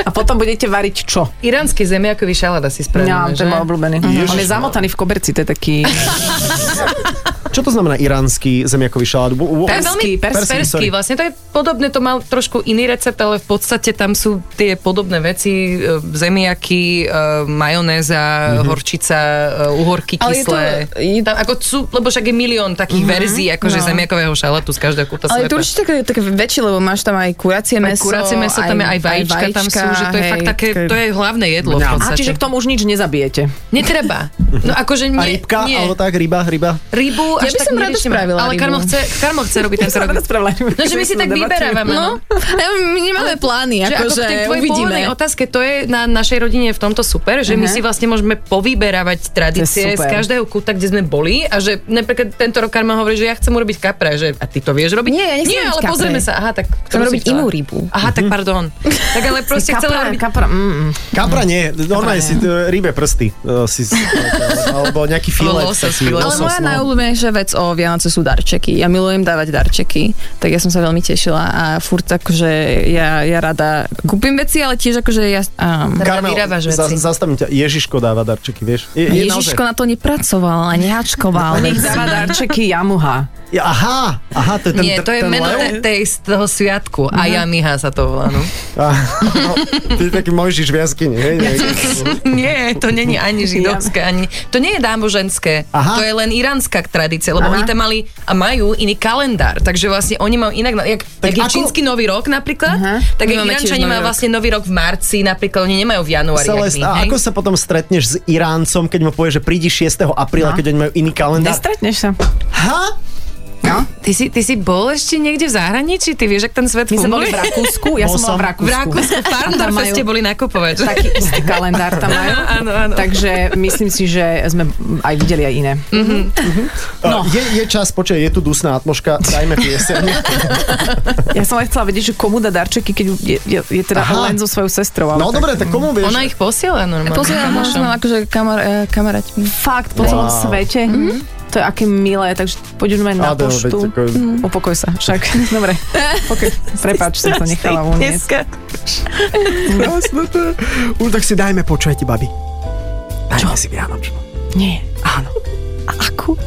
C: A potom budete variť čo?
E: Iránsky zemiakový šalát asi spravíme,
C: Ja, to
E: že? Mhm.
C: je môj obľúbený.
B: Ježiš.
C: On je zamotaný v koberci, to je taký...
B: Čo Čo to znamená iránsky zemiakový šalát? Bu- bu-
E: To je veľmi
C: Perský, perský,
E: perský, perský
B: sorry.
E: vlastne to je podobné, to mal trošku iný recept, ale v podstate tam sú tie podobné veci, e, zemiaky, e, majonéza, mm-hmm. horčica, e, uhorky
D: Ale je to-
E: kyslé.
D: je-
E: Tam, ako sú, lebo však je milión takých mm-hmm. verzií akože
D: No.
E: no. zemiakového šalatu z každého kúta
D: Ale je to
E: sveta.
D: určite také, také väčšie, lebo máš tam aj kuracie
E: Aj
D: meso.
E: kuracie meso, tam je aj vajíčka, tam sú, že to je
D: hej,
E: fakt také, to je hlavné jedlo v
B: Mňam.
C: No. A
E: podstate.
C: čiže k tomu už nič nezabijete.
E: Netreba. No akože
B: A
E: nie,
B: rybka,
E: nie.
B: alebo tak, ryba, ryba.
E: Rybu
D: Ja
E: až
D: by
E: tak
D: som rada
E: neriešime.
D: spravila
E: Ale
D: rybu.
E: Karmo chce, Karmo chce robiť tento
C: rada spravila rybu,
E: No, že my
C: keď
E: si
C: sme
E: tak
C: debatili.
E: vyberávame.
D: No,
E: No.
D: a my nemáme plány,
E: Že ako v
D: akože
E: tej tvojej
D: uvidíme.
E: pôvodnej otázke, to je na našej rodine je v tomto super, že my si vlastne môžeme povyberávať tradície z
C: super.
E: každého kúta, kde sme boli a že napríklad tento rok Karma hovorí, že ja chcem urobiť kapra, že a ty to vieš robiť?
D: Nie, ja nechcem
E: Nie
D: robiť
E: ale
D: kapre.
E: pozrieme sa. Aha, tak
D: Chcem
E: ktorú si
D: robiť Mhm.
E: chcela?
D: inú rybu.
E: Aha, tak pardon. Tak ale proste chcela robiť
C: kapra, mm, mm.
B: Kapra nie, normálne si e, rybe prsty. e, Si, si- alebo nejaký filet.
E: Losos,
B: taký
E: filet.
D: Ale
B: losos,
D: moja
B: no.
D: najobľúbenejšia vec o Vianoce sú darčeky. Ja milujem dávať darčeky, tak ja som sa veľmi tešila a furt akože ja, ja rada kúpim veci, ale tiež akože ja... Um,
E: Rada vyrábaš Teda veci.
B: zas- zastavím ťa. Ježiško dáva darčeky, vieš? Je, je
D: Ježiško na to nepracoval a nehačkoval.
C: Nech dáva darčeky Yamuha.
B: naozaj- Ja, Aha, aha, to je ten,
E: Nie, to
B: ten
E: je meno
B: lev?
E: te- tej z toho sviatku. A
D: Mhm.
E: Yamiha sa to volá, no.
B: Ah, no, ty je taký Mojžiš v jaskyni, hej? Niekde.
E: Nie, to není ani židovské, ani... To nie je dámboženské,
B: Aha.
E: to je len iránska tradícia, lebo Aha. oni tam mali a majú iný kalendár, takže vlastne oni majú inak, jak,
B: Tak
E: tak jak je
B: ako-
E: čínsky nový rok napríklad,
D: Aha.
E: tak
D: My
E: jak
D: máme tiež
E: Iránčani
D: Nový
E: majú
D: rok.
E: vlastne nový rok v marci, napríklad oni nemajú v januári, jak
B: Celest,
E: my,
B: a
E: hej?
B: ako sa potom stretneš s Iráncom, keď mu povieš, že prídi 6. apríla, keď oni majú iný kalendár?
C: Nestretneš sa.
B: Ha?
E: No, ty si, ty si bol ešte niekde v zahraničí, ty vieš, ak ten svet
C: My sme boli
E: funguje?
C: v Rakúsku, ja
B: Bol
C: som bola
B: som.
C: v
E: V
C: Rakúsku.
E: Rakúsku, v Farndorfe
C: majú-
E: ste boli nakupovať. že?
C: Taký istý kalendár tam majú.
E: Áno, áno.
C: Takže myslím si, že sme aj videli aj iné.
E: Mm.
B: No. Je, je čas, počkaj, je tu dusná atmoška, dajme pieseň.
C: Ja som aj chcela vedieť, že komu dá darčeky, keď je, je, je teda
B: Aha.
C: len so svojou sestrou. ale
B: No
C: tak.
B: dobre, tak komu vieš?
E: Ona ich posiela normálne.
D: Pozrieť možno akože kamar, eh, kamarať.
C: Fakt, po celom
B: Wow.
C: svete.
E: Mhm.
C: To je aké milé, takže poďme na
B: Adel, veď eh,
C: poštu.
B: ako-
C: Upokoj sa, však. Dobre, okay. prepáč, som to nechala unieť.
E: Dneska.
B: Krásne to je. Už tak si dajme, počujete, babi. Dajme si Vianočnú.
C: Nie.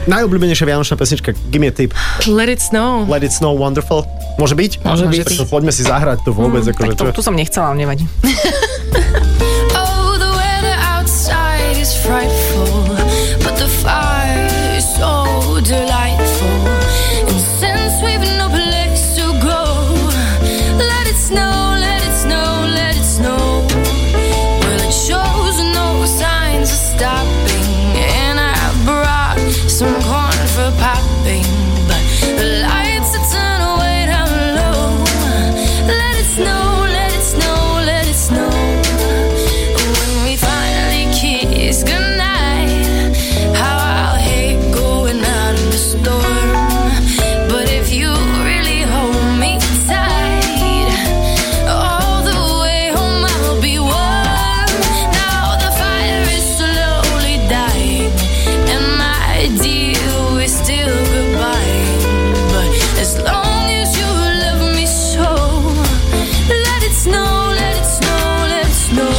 B: Najobľúbenejšia Vianočná pesnička, give me a tip.
E: Let it snow.
B: Let it snow wonderful. Môže byť? Môže
E: byť.
B: Tak to poďme si zahrať to vôbec. Mm, akože,
C: Tak to,
B: čo?
C: tu som nechcela, ale nevadí.
G: Oh, the weather outside is frightful, but the fire is so delightful. And since we've no place to go, let it snow, let it snow, let it snow. Well, it shows no signs of stopping, and I brought some corn for popping, but the lights are turned way down low. Let it snow, let it snow, let it snow. When we finally kiss goodnight, how I'll hate going out in the storm. But if you really hold me tight, all the way home I'll be warm. Now the fire is slowly dying, and my deal is still goodbye. But as long as you love me so, let it snow, let it snow, let it snow.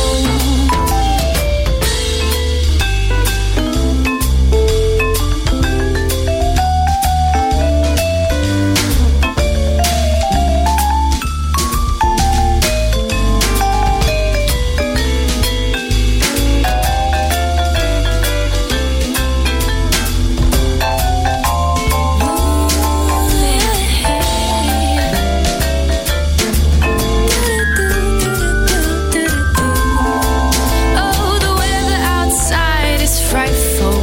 G: Oh, the weather outside is frightful,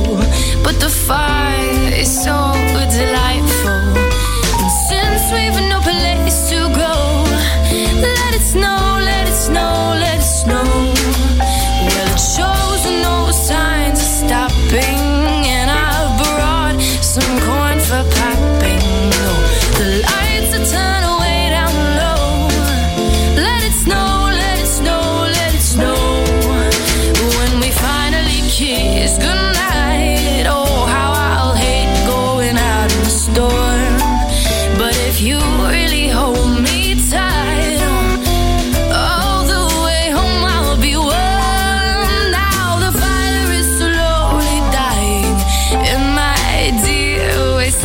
G: but the fire is so delightful. And since we've no place to go, let it snow, let it snow, let it snow. Well, it shows no signs of stopping, and I've brought some corn for popping. No, the lights are turned way down low. Let it snow, let it snow, let it snow. When we finally kiss goodnight, oh, how I'll hate going out in the storm. But if you really hold me tight, all the way home I'll be warm. Now the fire is slowly dying, and my dear, it's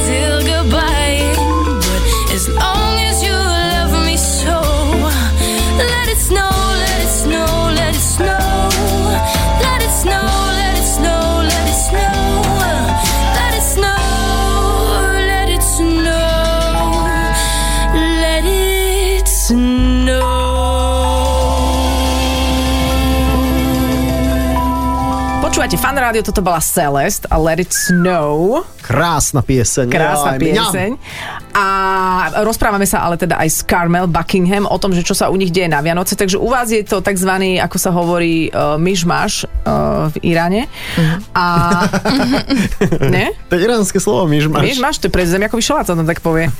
C: Počúvate fan rádio, toto bola Celest a Let It Snow.
B: Krásna pieseň.
C: Krásna
B: Jaj, mňam.
C: pieseň. A rozprávame sa ale teda aj s Carmel Buckingham o tom, že čo sa u nich deje na Vianoce. Takže u vás je to tzv. ako sa hovorí, uh, myšmaš uh, v Iráne. A... ne?
B: To je iránske slovo, myšmaš.
C: Vieš, máš, to je pre zemiakový šalát, sa tam tak povie.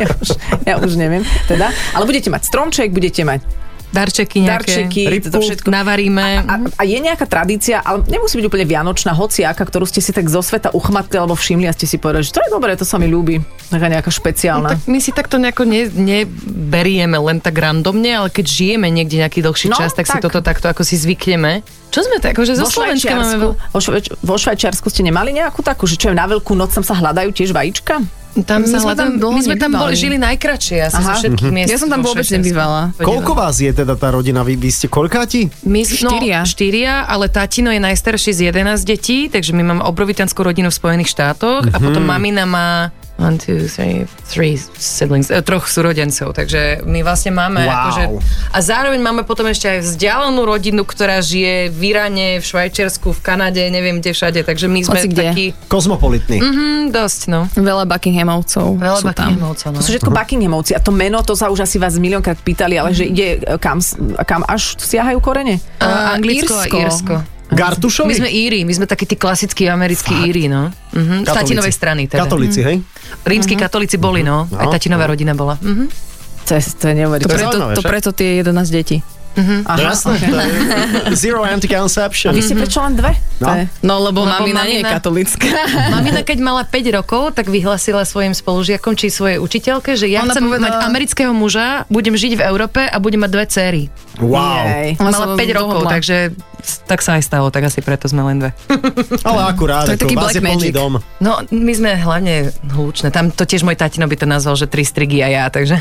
C: ja, už, ja už neviem, teda. Ale budete mať stromček, budete mať
E: Darčeky nejaké.
C: darčeky,
E: rybu,
C: toto všetko.
E: Navaríme.
C: A, a je nejaká tradícia, ale nemusí byť úplne vianočná, hociaka, ktorú ste si tak zo sveta uchmatli alebo všimli a ste si povedali, že to je dobré, to sa mi ľúbi. Taká nejaká špeciálna.
E: No Tak my si takto nejako ne, neberieme len tak randomne, ale keď žijeme niekde nejaký dlhší
C: No,
E: čas, tak,
C: tak.
E: si toto takto ako si zvykneme. Čo sme tak, že zo Slovenska máme...
C: Švajčiarsku-
E: veľ-
C: vo, Švajč- vo Švajčiarsku ste nemali nejakú takú, že čo je na veľkú noc, tam sa hľadajú tiež vajíčka?
E: Tam
D: My
E: sa
D: sme
E: hľadám,
D: tam dlho
E: my sme tam boli,
D: nebývali. Mhm.
E: žili najkračšie asi zo
C: Aha.
E: všetkých miest.
D: Ja som tam
E: vo
D: vôbec
E: Švajčiarsku.
D: nebývala.
B: Koľko vás je teda tá rodina? Vy, vy ste koľkáti?
E: My, No,
D: Štyria.
E: štyria, ale tatino je najstarší z 11 detí, takže my máme obrovitanskú rodinu v Spojených štátoch
B: Mhm.
E: a potom mamina má one, two, three, three siblings, eh, troch súrodencov, takže my vlastne
B: Wow.
E: máme akože, a zároveň máme potom ešte aj vzdialenú rodinu, ktorá žije v Iráne, v Švajčiarsku, v Kanade, neviem kde všade, takže my sme
D: Hoci kde.
E: takí
B: Kozmopolitní.
C: Mm.
E: hm, dosť, no.
D: Veľa Buckinghamovcov
E: Veľa
D: sú tam.
E: Buckinghamovcov, no.
C: To sú
B: Mhm.
C: všetko Buckinghamovci a to meno, to sa už asi vás miliónkrát pýtali, ale že ide e, kam, s- kam až siahajú korene?
E: A, Anglicko
D: Írsko.
E: a Írsko. My
B: Gartušovi?
E: sme Íri, my sme takí tí klasickí americkí Íri, no. Mhm, z
B: Katolíci.
E: tatinovej strany teda.
C: Mm.
B: Katolíci, hej?
E: Rímsky katolíci boli, no. Aj tatinová rodina bola. Mhm.
C: To je, to je
D: To,
C: neuveriteľné.
D: preto,
B: zaujímavé,
D: to
B: však.
D: preto tie 11 detí.
B: To je
C: Aha,
B: No jasné.
C: okay.
B: to je Zero anti-conception.
C: Vy ste Mhm. prečo len dve?
B: No.
C: To je-
D: No lebo,
E: Lebo
D: mamina, nie je
E: mamina-
D: katolická.
E: Mamina, keď mala 5 rokov, tak vyhlasila svojim spolužiakom či svojej učiteľke, že ja
D: Ona
E: chcem
D: povedala-
E: mať amerického muža, budem žiť v Európe a budem mať dve céry.
B: Wow.
C: Jej.
D: Ona sa
E: Mala 5 rokov,
D: dohodla.
E: takže s- tak sa aj stalo, tak asi preto sme len dve.
B: Ale akurát,
D: To je
B: ako
D: taký
B: vás
D: black
B: je plný
D: magic.
B: dom.
E: No, my sme hlavne hlučné. Tam to tiež môj tatino by to nazval, že tri strigy a ja, takže...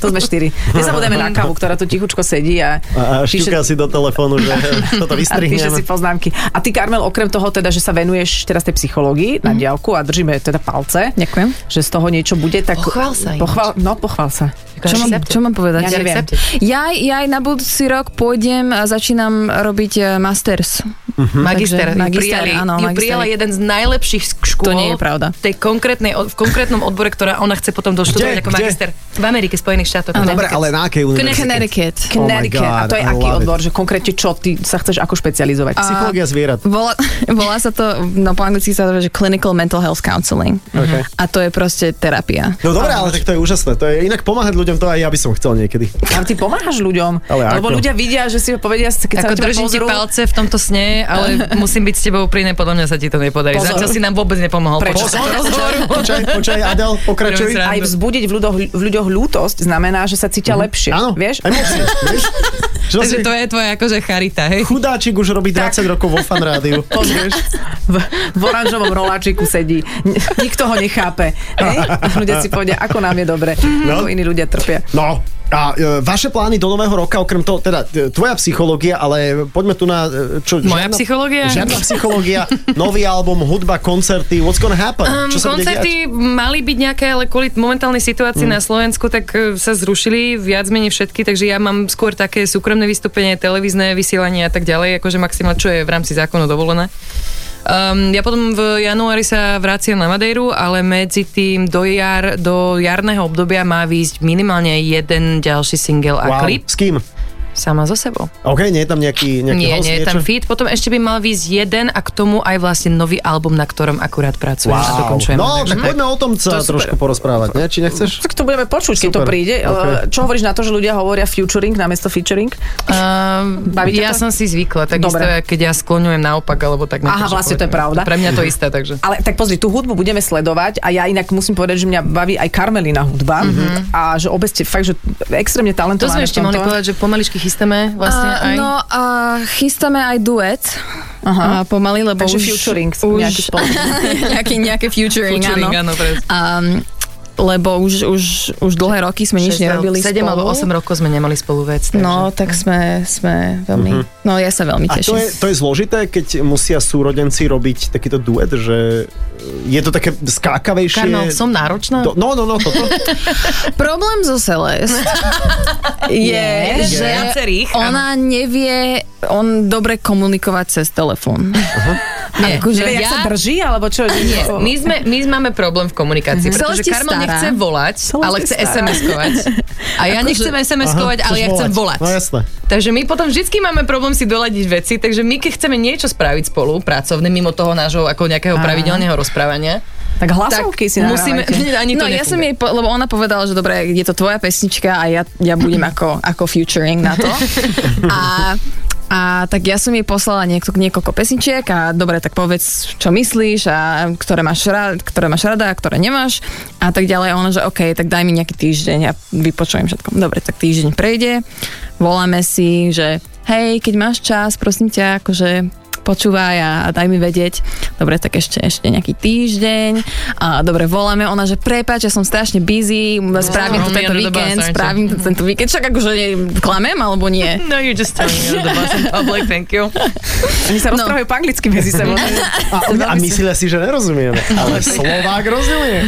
C: To sme štyri. Nezabudeme na kávu, ktorá tu tichučko sedí a,
B: A, a
C: píše-
B: šťuka si do telefónu, že toto
C: a píše si
B: vystrihnem.
C: poznámky. A ty, Karmel, okrem toho teda, že sa venuješ teraz tej psychológii
B: Mhm.
C: na diálku a držíme teda palce,
D: Ďakujem.
C: že z toho niečo bude, tak...
E: Pochvál sa ináč.
C: Pochvál, no, pochvál sa.
D: Čo mám, čo mám
C: Ja
D: povedať?
C: neviem.
D: Ja, ja aj na budúci rok pôjdem a začínam robiť eh, masters.
E: Mhm. Magister, ju
D: Takže magister,
E: prijali,
D: áno,
E: ju
D: magister.
E: prijala jeden z najlepších sk- škôl.
D: To nie je pravda.
E: V tej konkrétnej, v konkrétnom odbore, ktorá ona chce potom
B: Kde?
E: doštudovať ako
B: Kde?
E: magister. V Amerike, Spojených štátoch.
B: No Dobre, ale na akej univerzite?
D: Connecticut.
B: Oh my
C: Connecticut. a to je
B: God, I
C: aký
B: love it. Ah.
C: odbor, že konkrétne čo ty sa chceš ako špecializovať? A...
B: Psychológia zvierat.
D: Volá, volá sa to, no po anglicky sa to volá, že Clinical Mental Health Counseling.
B: Okay.
D: A to je proste terapia.
B: No dobré, ale tak to je úžasné. To je, inak pomáhať ľuďom, to aj ja by som chcel niekedy.
C: Tam ty pomáhaš ľuďom,
B: Ale ako?
C: lebo ľudia vidia, že si ho povedia, keď sa
E: Ako
C: na teba
E: držím ti
C: pozrú.
E: palce v tomto sne, ale musím byť s tebou úprimný, podľa mňa sa ti to nepodarí.
C: Pozor.
E: Zatiaľ si nám vôbec nepomohol.
C: Prečo?
E: Počkaj.
B: Počkaj, počkaj, počkaj, Adel, pokračuj.
E: Robím
C: Aj vzbudiť v ľuďoch, v ľuďoch ľútosť znamená, že sa cítia lepšie.
B: Mhm. Áno,
C: Vieš?
B: emócie, vieš? Čo
E: Takže
B: si,
E: to je tvoja akože charita, hej?
B: chudáčik už robí 20 rokov vo fan rádiu.
C: Pozrieš, v, v oranžovom roláčiku sedí. N- Nikto ho nechápe. Hej? Ľudia si povedia, ako nám je dobre.
B: No.
C: No. Iní ľudia trpia.
B: No, a e, vaše plány do nového roka, okrem toho, teda e, tvoja psychológia, ale poďme tu na... E, čo,
E: Moja psychológia?
B: Žiadna psychológia, nový album, hudba, koncerty, what's gonna happen? sa bude
E: Um,
B: diať? Mm.
E: koncerty mali byť nejaké, ale kvôli momentálnej situácii na Slovensku tak e, sa zrušili viac menej všetky, takže ja mám skôr také súkromné vystúpenie, televízne vysielanie a tak ďalej, akože maximálne, čo je v rámci zákonu dovolené. Um, ja potom v januári sa vraciam na Madejru, ale medzi tým do, jar, do jarného obdobia má výjsť minimálne jeden ďalší single a
B: Wow.
E: klip
B: S kým?
E: sama so sebou.
B: OK, nie je tam nejaký, nejaký
E: Nie,
B: host,
E: nie je
B: niečo?
E: tam feed. Potom ešte by mal výjsť jeden a k tomu aj vlastne nový album, na ktorom akurát pracujem a
B: Wow.
E: dokončujem.
B: No, tak poďme o tom sa
E: To je super.
B: trošku porozprávať, ne? Či nechceš?
C: Tak to budeme počuť, keď to
B: Super.
C: príde.
B: Ok.
C: Okay. Čo hovoríš na to, že ľudia hovoria featuring namiesto featuring?
E: Ehm,
C: Baví ťa
E: ja
C: to?
E: som si zvykla, tak
C: Dobre.
E: Dobre. isto, keď ja skloňujem naopak, alebo tak
C: Aha,
E: niečo,
C: vlastne
E: že
C: to je pravda.
E: Pre mňa to isté, takže.
C: Ale tak pozri, tú hudbu budeme sledovať a ja inak musím povedať, že mňa baví aj Karmelina hudba
B: Mhm.
C: mm-hmm. a že obe ste fakt, že extrémne
E: To
C: talentované.
E: sme ešte
C: v tomto.
E: mohli povedať, že pomaličky chystáme vlastne
D: A,
E: aj.
D: No, a chystáme aj duet.
C: Aha.
D: A pomaly, lebo
C: Takže
D: už,
C: featuring,
D: už,
C: nejaký spoločný.
D: nejaký, nejaké featuring,
E: Featuring,
D: áno.
E: áno, presne.
D: A, lebo už, už, už dlhé roky sme nič nerobili
E: 7
D: spolu.
E: alebo 8 rokov sme nemali spolu vec. Takže.
D: No, tak sme, sme veľmi... No, ja sa veľmi
B: A to
D: teším.
B: je, to je zložité, keď musia súrodenci robiť takýto duet, že e, je to také skákavejšie?
E: Karmel, som náročná?
B: Do, no, no, no, toto.
D: Problém so Celeste
C: Je,
D: že
E: viacerých, áno.
D: ona nevie on dobre komunikovať cez telefón.
E: Nie.
D: Akože
C: Nevie, jak
E: Ja-
C: sa drží, alebo čo?
E: Nie, my, sme, my máme problém v komunikácii,
D: Mhm.
E: pretože
D: Celesti
E: Karmel
D: stará.
E: nechce volať,
C: Celesti
E: ale chce
C: stará.
E: SMS-kovať. A ja nechcem SMS-kovať, ale
B: chceš
E: ja chcem volať.
B: No jasné.
E: Takže my potom vždycky máme problém si doladiť veci, takže my keď chceme niečo spraviť spolu, pracovne, mimo toho nášho ako nejakého pravidelného rozprávania,
C: Tak hlasovky si
E: musíme,
C: nahrávajte.
E: ani to
D: No ja
E: nefunguje.
D: som jej, po, lebo ona povedala, že dobre, je to tvoja pesnička a ja, ja budem ako, ako featuring na to. A, a tak ja som jej poslala niekto, niekoľko pesničiek a dobre, tak povedz, čo myslíš a ktoré máš, ra, ktoré máš rada a ktoré nemáš a tak ďalej. A Ona, že OK, tak daj mi nejaký týždeň a vypočujem všetko. Dobre, tak týždeň prejde, voláme si, že hej, keď máš čas, prosím ťa, akože počúvaj a, a daj mi vedieť. Dobre, tak ešte, ešte nejaký týždeň. A dobre, voláme ona, že prepáč, ja som strašne busy, spravím to
E: Romeo
D: tento
E: do
D: víkend,
E: basa,
D: spravím to tento víkend. Však akože nie, klamem alebo nie?
E: No, you just tell me out of the bus in public, thank you.
C: Oni
E: No.
C: sa rozprávajú po anglicky medzi sebou.
B: A, a myslia si, že nerozumieme.
E: No,
B: Ale Slovák rozumie.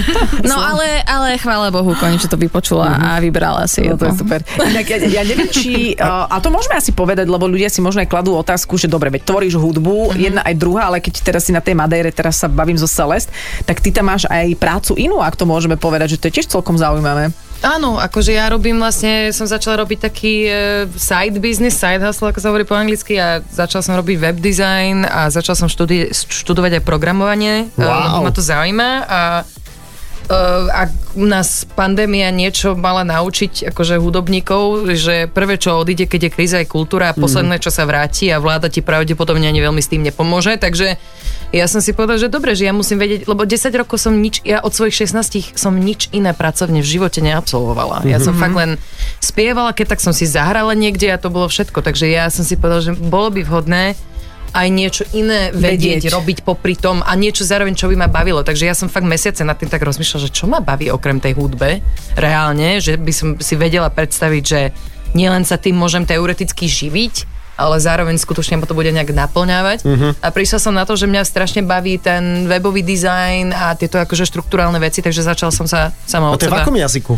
D: No ale, ale chvála Bohu, konečne to vypočula a vybrala si
C: No
D: jedno.
C: to je super. Inak ja, ja neviem, či... Uh, a to môžeme asi povedať, lebo ľudia si možno aj kladú otázku, že dobre, veď tvoríš
E: Mhm.
C: hudbu, jedna aj druhá, ale keď teraz si na tej Madejre, teraz sa bavím zo Celest, tak ty tam máš aj prácu inú, ak to môžeme povedať, že to je tiež celkom zaujímavé.
E: Áno, akože ja robím vlastne, som začala robiť taký e, side business, side hustle, ako sa hovorí po anglicky a začala som robiť web design a začala som študi- študovať aj programovanie, e,
B: Wow.
E: lebo ma to zaujíma a e, ak nás pandémia niečo mala naučiť akože hudobníkov, že prvé, čo odíde, keď je kríza, je kultúra a posledné, čo sa vráti a vláda ti pravdepodobne ani veľmi s tým nepomôže, takže ja som si povedala, že dobre, že ja musím vedieť, lebo 10 rokov som nič, ja od svojich 16 som nič iné pracovne v živote neabsolvovala. Ja som fakt len spievala, keď tak som si zahrala niekde a to bolo všetko, takže ja som si povedala, že bolo by vhodné aj niečo iné vedieť,
C: Vedieť.
E: vedieť, robiť popri tom a niečo zároveň, čo by ma bavilo. Takže ja som fakt mesiace nad tým tak rozmýšľala, že čo ma baví okrem tej hudbe reálne, že by som si vedela predstaviť, že nielen sa tým môžem teoreticky živiť, ale zároveň skutočne ma to bude nejak
B: Mhm.
E: naplňávať. Uh-huh. A prišla som na to, že mňa strašne baví ten webový dizajn a tieto akože štruktúrálne veci, takže začala som sa sama
B: A
E: od
B: to je v
E: seba
B: akom jazyku?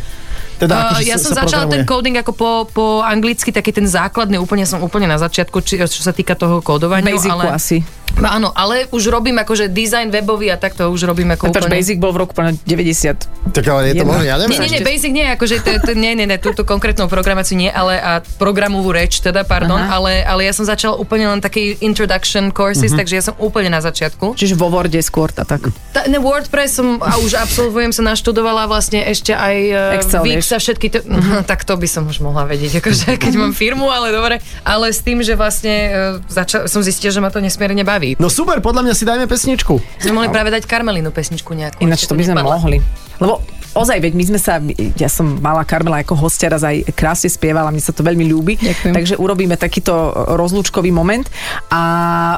B: Teda,
E: Uh,
B: akože
E: no, ja
B: sa-
E: som
B: sa
E: začala ten
B: programuje.
E: coding ako po, po anglicky, taký ten základný, úplne som úplne na začiatku, či, čo sa týka toho kódovania.
C: Basicu
E: ale,
C: asi.
E: No áno, ale už robím akože design webový a takto už robím ako
C: Pretože
E: úplne...
C: Basic bol v roku plne 90.
B: Tak ale je to
C: Jedno.
B: možné, ja
E: Nie,
B: neviem.
E: nie, nie, basic nie, akože to, to, nie, nie, nie, túto konkrétnu programáciu nie, ale a programovú reč teda, pardon,
C: Aha.
E: ale, ale ja som začala úplne len taký introduction courses,
C: Mhm.
E: takže ja som úplne na začiatku.
C: Čiže vo Worde skôr tá tak.
E: Tá, ne, WordPress som a už absolvujem, som naštudovala vlastne ešte aj e,
C: Excel,
E: Wix
C: vieš. Mhm.
E: a všetky to, tak to by som už mohla vedieť, akože keď mám firmu, ale dobre, ale s tým, že vlastne e, začal, som zistila, že ma to nesmierne baví.
B: No super, podľa mňa si dajme pesničku.
E: Sme mohli práve dať Karmelinu pesničku nejakú.
C: Ináč
E: ešte
C: to by sme
E: nepadla.
C: mohli. Lebo ozaj, veď my sme sa, ja som mala Karmela ako hostia raz aj krásne spievala, mne sa to veľmi ľúbi.
D: Ďakujem.
C: Takže urobíme takýto rozlúčkový moment. A,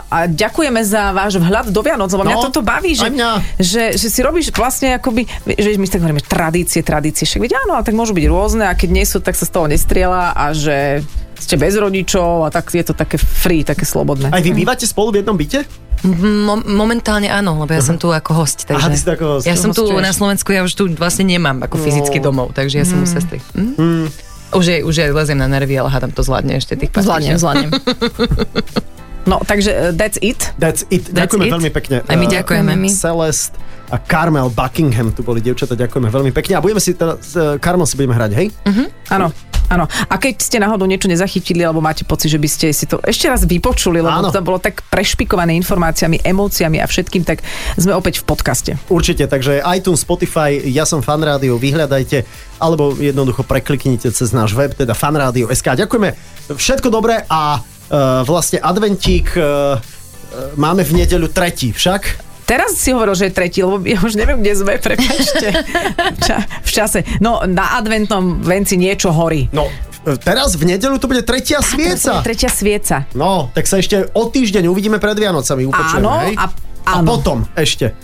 C: a ďakujeme za váš vhľad do Vianoc, lebo mňa
B: No,
C: toto baví, že,
B: aj mňa.
C: že, že si robíš vlastne akoby, že my si tak hovoríme tradície, tradície, však veď áno, ale tak môžu byť rôzne a keď nie sú, tak sa z toho nestriela a že ste bez rodičov a tak je to také free, také slobodné.
B: Aj vy
E: Mhm.
B: bývate spolu v jednom byte?
E: Mo- momentálne áno, lebo ja som tu ako host. Takže
B: Mhm. Aha, ty si tu ako host. No.
E: Ja som tu
B: Hostuješ.
E: na Slovensku, ja už tu vlastne nemám ako fyzicky domov, takže ja som
B: Mm.
E: u sestry. Hm? Už, je, už je, lezem na nervy, ale hádam to zvládne ešte tých pár
D: Zvládnem,
E: týždňov.
D: zvládnem.
C: No, takže eh, that's it.
B: That's it.
E: That's
B: ďakujeme
E: it.
B: veľmi pekne.
E: Aj my
B: Eh,
E: ďakujeme.
D: my.
B: Celest a Carmel Buckingham tu boli, dievčatá, ďakujeme veľmi pekne. A budeme si teraz, eh, Carmel si budeme hrať, hej?
C: Áno, áno. A keď ste náhodou niečo nezachytili, alebo máte pocit, že by ste si to ešte raz vypočuli,
B: Áno.
C: lebo to bolo tak prešpikované informáciami, emóciami a všetkým, tak sme opäť v podcaste.
B: Určite, takže iTunes, Spotify, ja som fan rádio, vyhľadajte, alebo jednoducho prekliknite cez náš web, teda fanradio.sk. Ďakujeme, všetko dobré a e, vlastne adventík e, e, máme v nedeľu tretí však.
C: Teraz si hovoril, že je tretí, lebo ja už neviem, kde sme, prepáčte. V ča- v čase. No, na adventnom venci niečo horí.
B: No, e, teraz v nedeľu to bude tretia svieca.
C: Teraz je Tretia svieca.
B: No, tak sa ešte o týždeň uvidíme pred Vianocami, upočujeme,
C: Áno,
B: hej?
C: a-
B: a
C: áno.
B: potom ešte.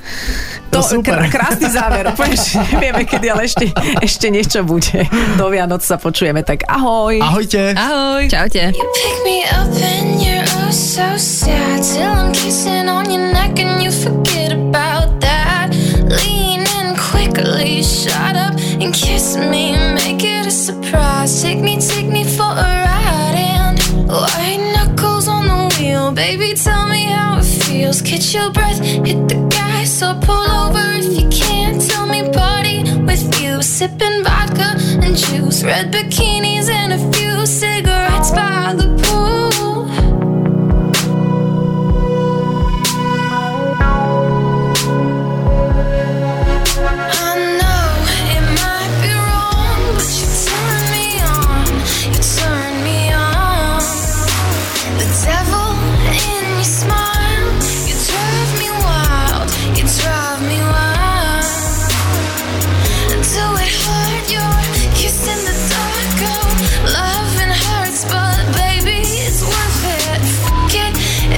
C: To,
B: No, super.
C: kr- krásny záver, úplne ešte nevieme, kedy, ale ešte, ešte niečo bude. Do Vianoc sa počujeme, tak ahoj.
B: Ahojte.
E: Ahoj!
D: Čaute.
G: You pick me up and you're oh so sad. Till I'm kissing on your neck and you forget about that. Lean in quickly, shut up and kiss me. Make it a surprise. Take me, take me for a ride and white knuckles on the baby, tell me how it feels. Catch your breath, hit the gas, or pull over if you can. Tell me party with you, sipping vodka and juice, red bikinis and a few cigarettes by the pool. I know it might be wrong, but you turn me on. You turn me on. The devil in your smile, you drive me wild. You drive me wild. Do it hurt? Your kiss in the dark, oh, loving hurts, but baby, it's worth it. Fuck it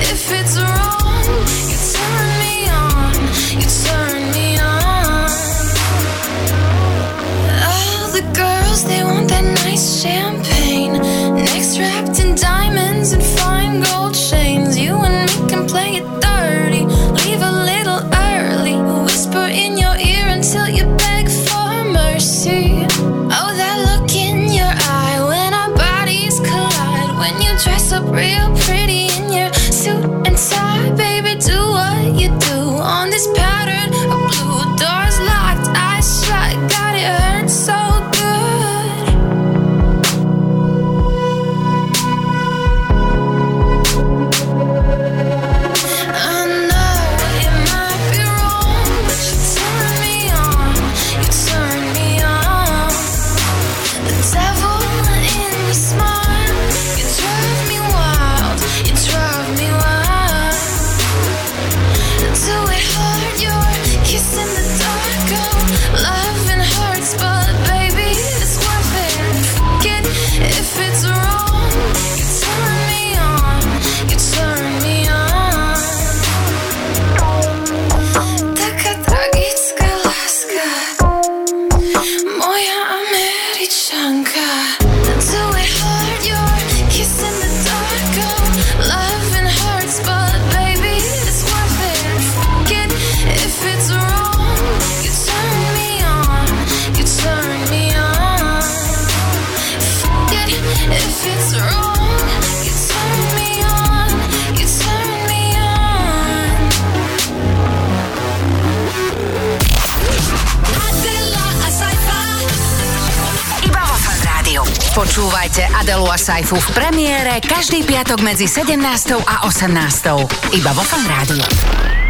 G: if it's wrong. You turn me on. You turn me on. All the girls, they want that nice champagne. Necks wrapped in diamonds and fine gold chains. You and me can play it dirty. Leave a little early. Whisper in your ear until you beg for mercy. Oh, that look in your eye when our bodies collide. When you dress up real pretty in your suit and tie, baby, do what you do on this pattern of blue doors locked, eyes shut. God, it hurts so good. I know it might be wrong, but you turn me on. You turn me on. The devil in your smile, you drive me wild. You drive me wild. Do it hurt? Your kiss in the dark, oh, loving hurts, but baby, it's worth it. Fuck it if it's wrong. You turn me on. You turn me on. Така трагическа ласка Моя американка Do it hurt your kiss in the dark Oh, loving hurts but baby it's worth it Fuck it if it's wrong You turn me on, you turn me on Fuck it if it's wrong You turn me on, you turn me on Adela, a
A: Iba vo Fan Rádiu. Počúvajte Adelu a Saifu v premiére každý piatok medzi 17. a 18. Iba vo Fan Rádiu.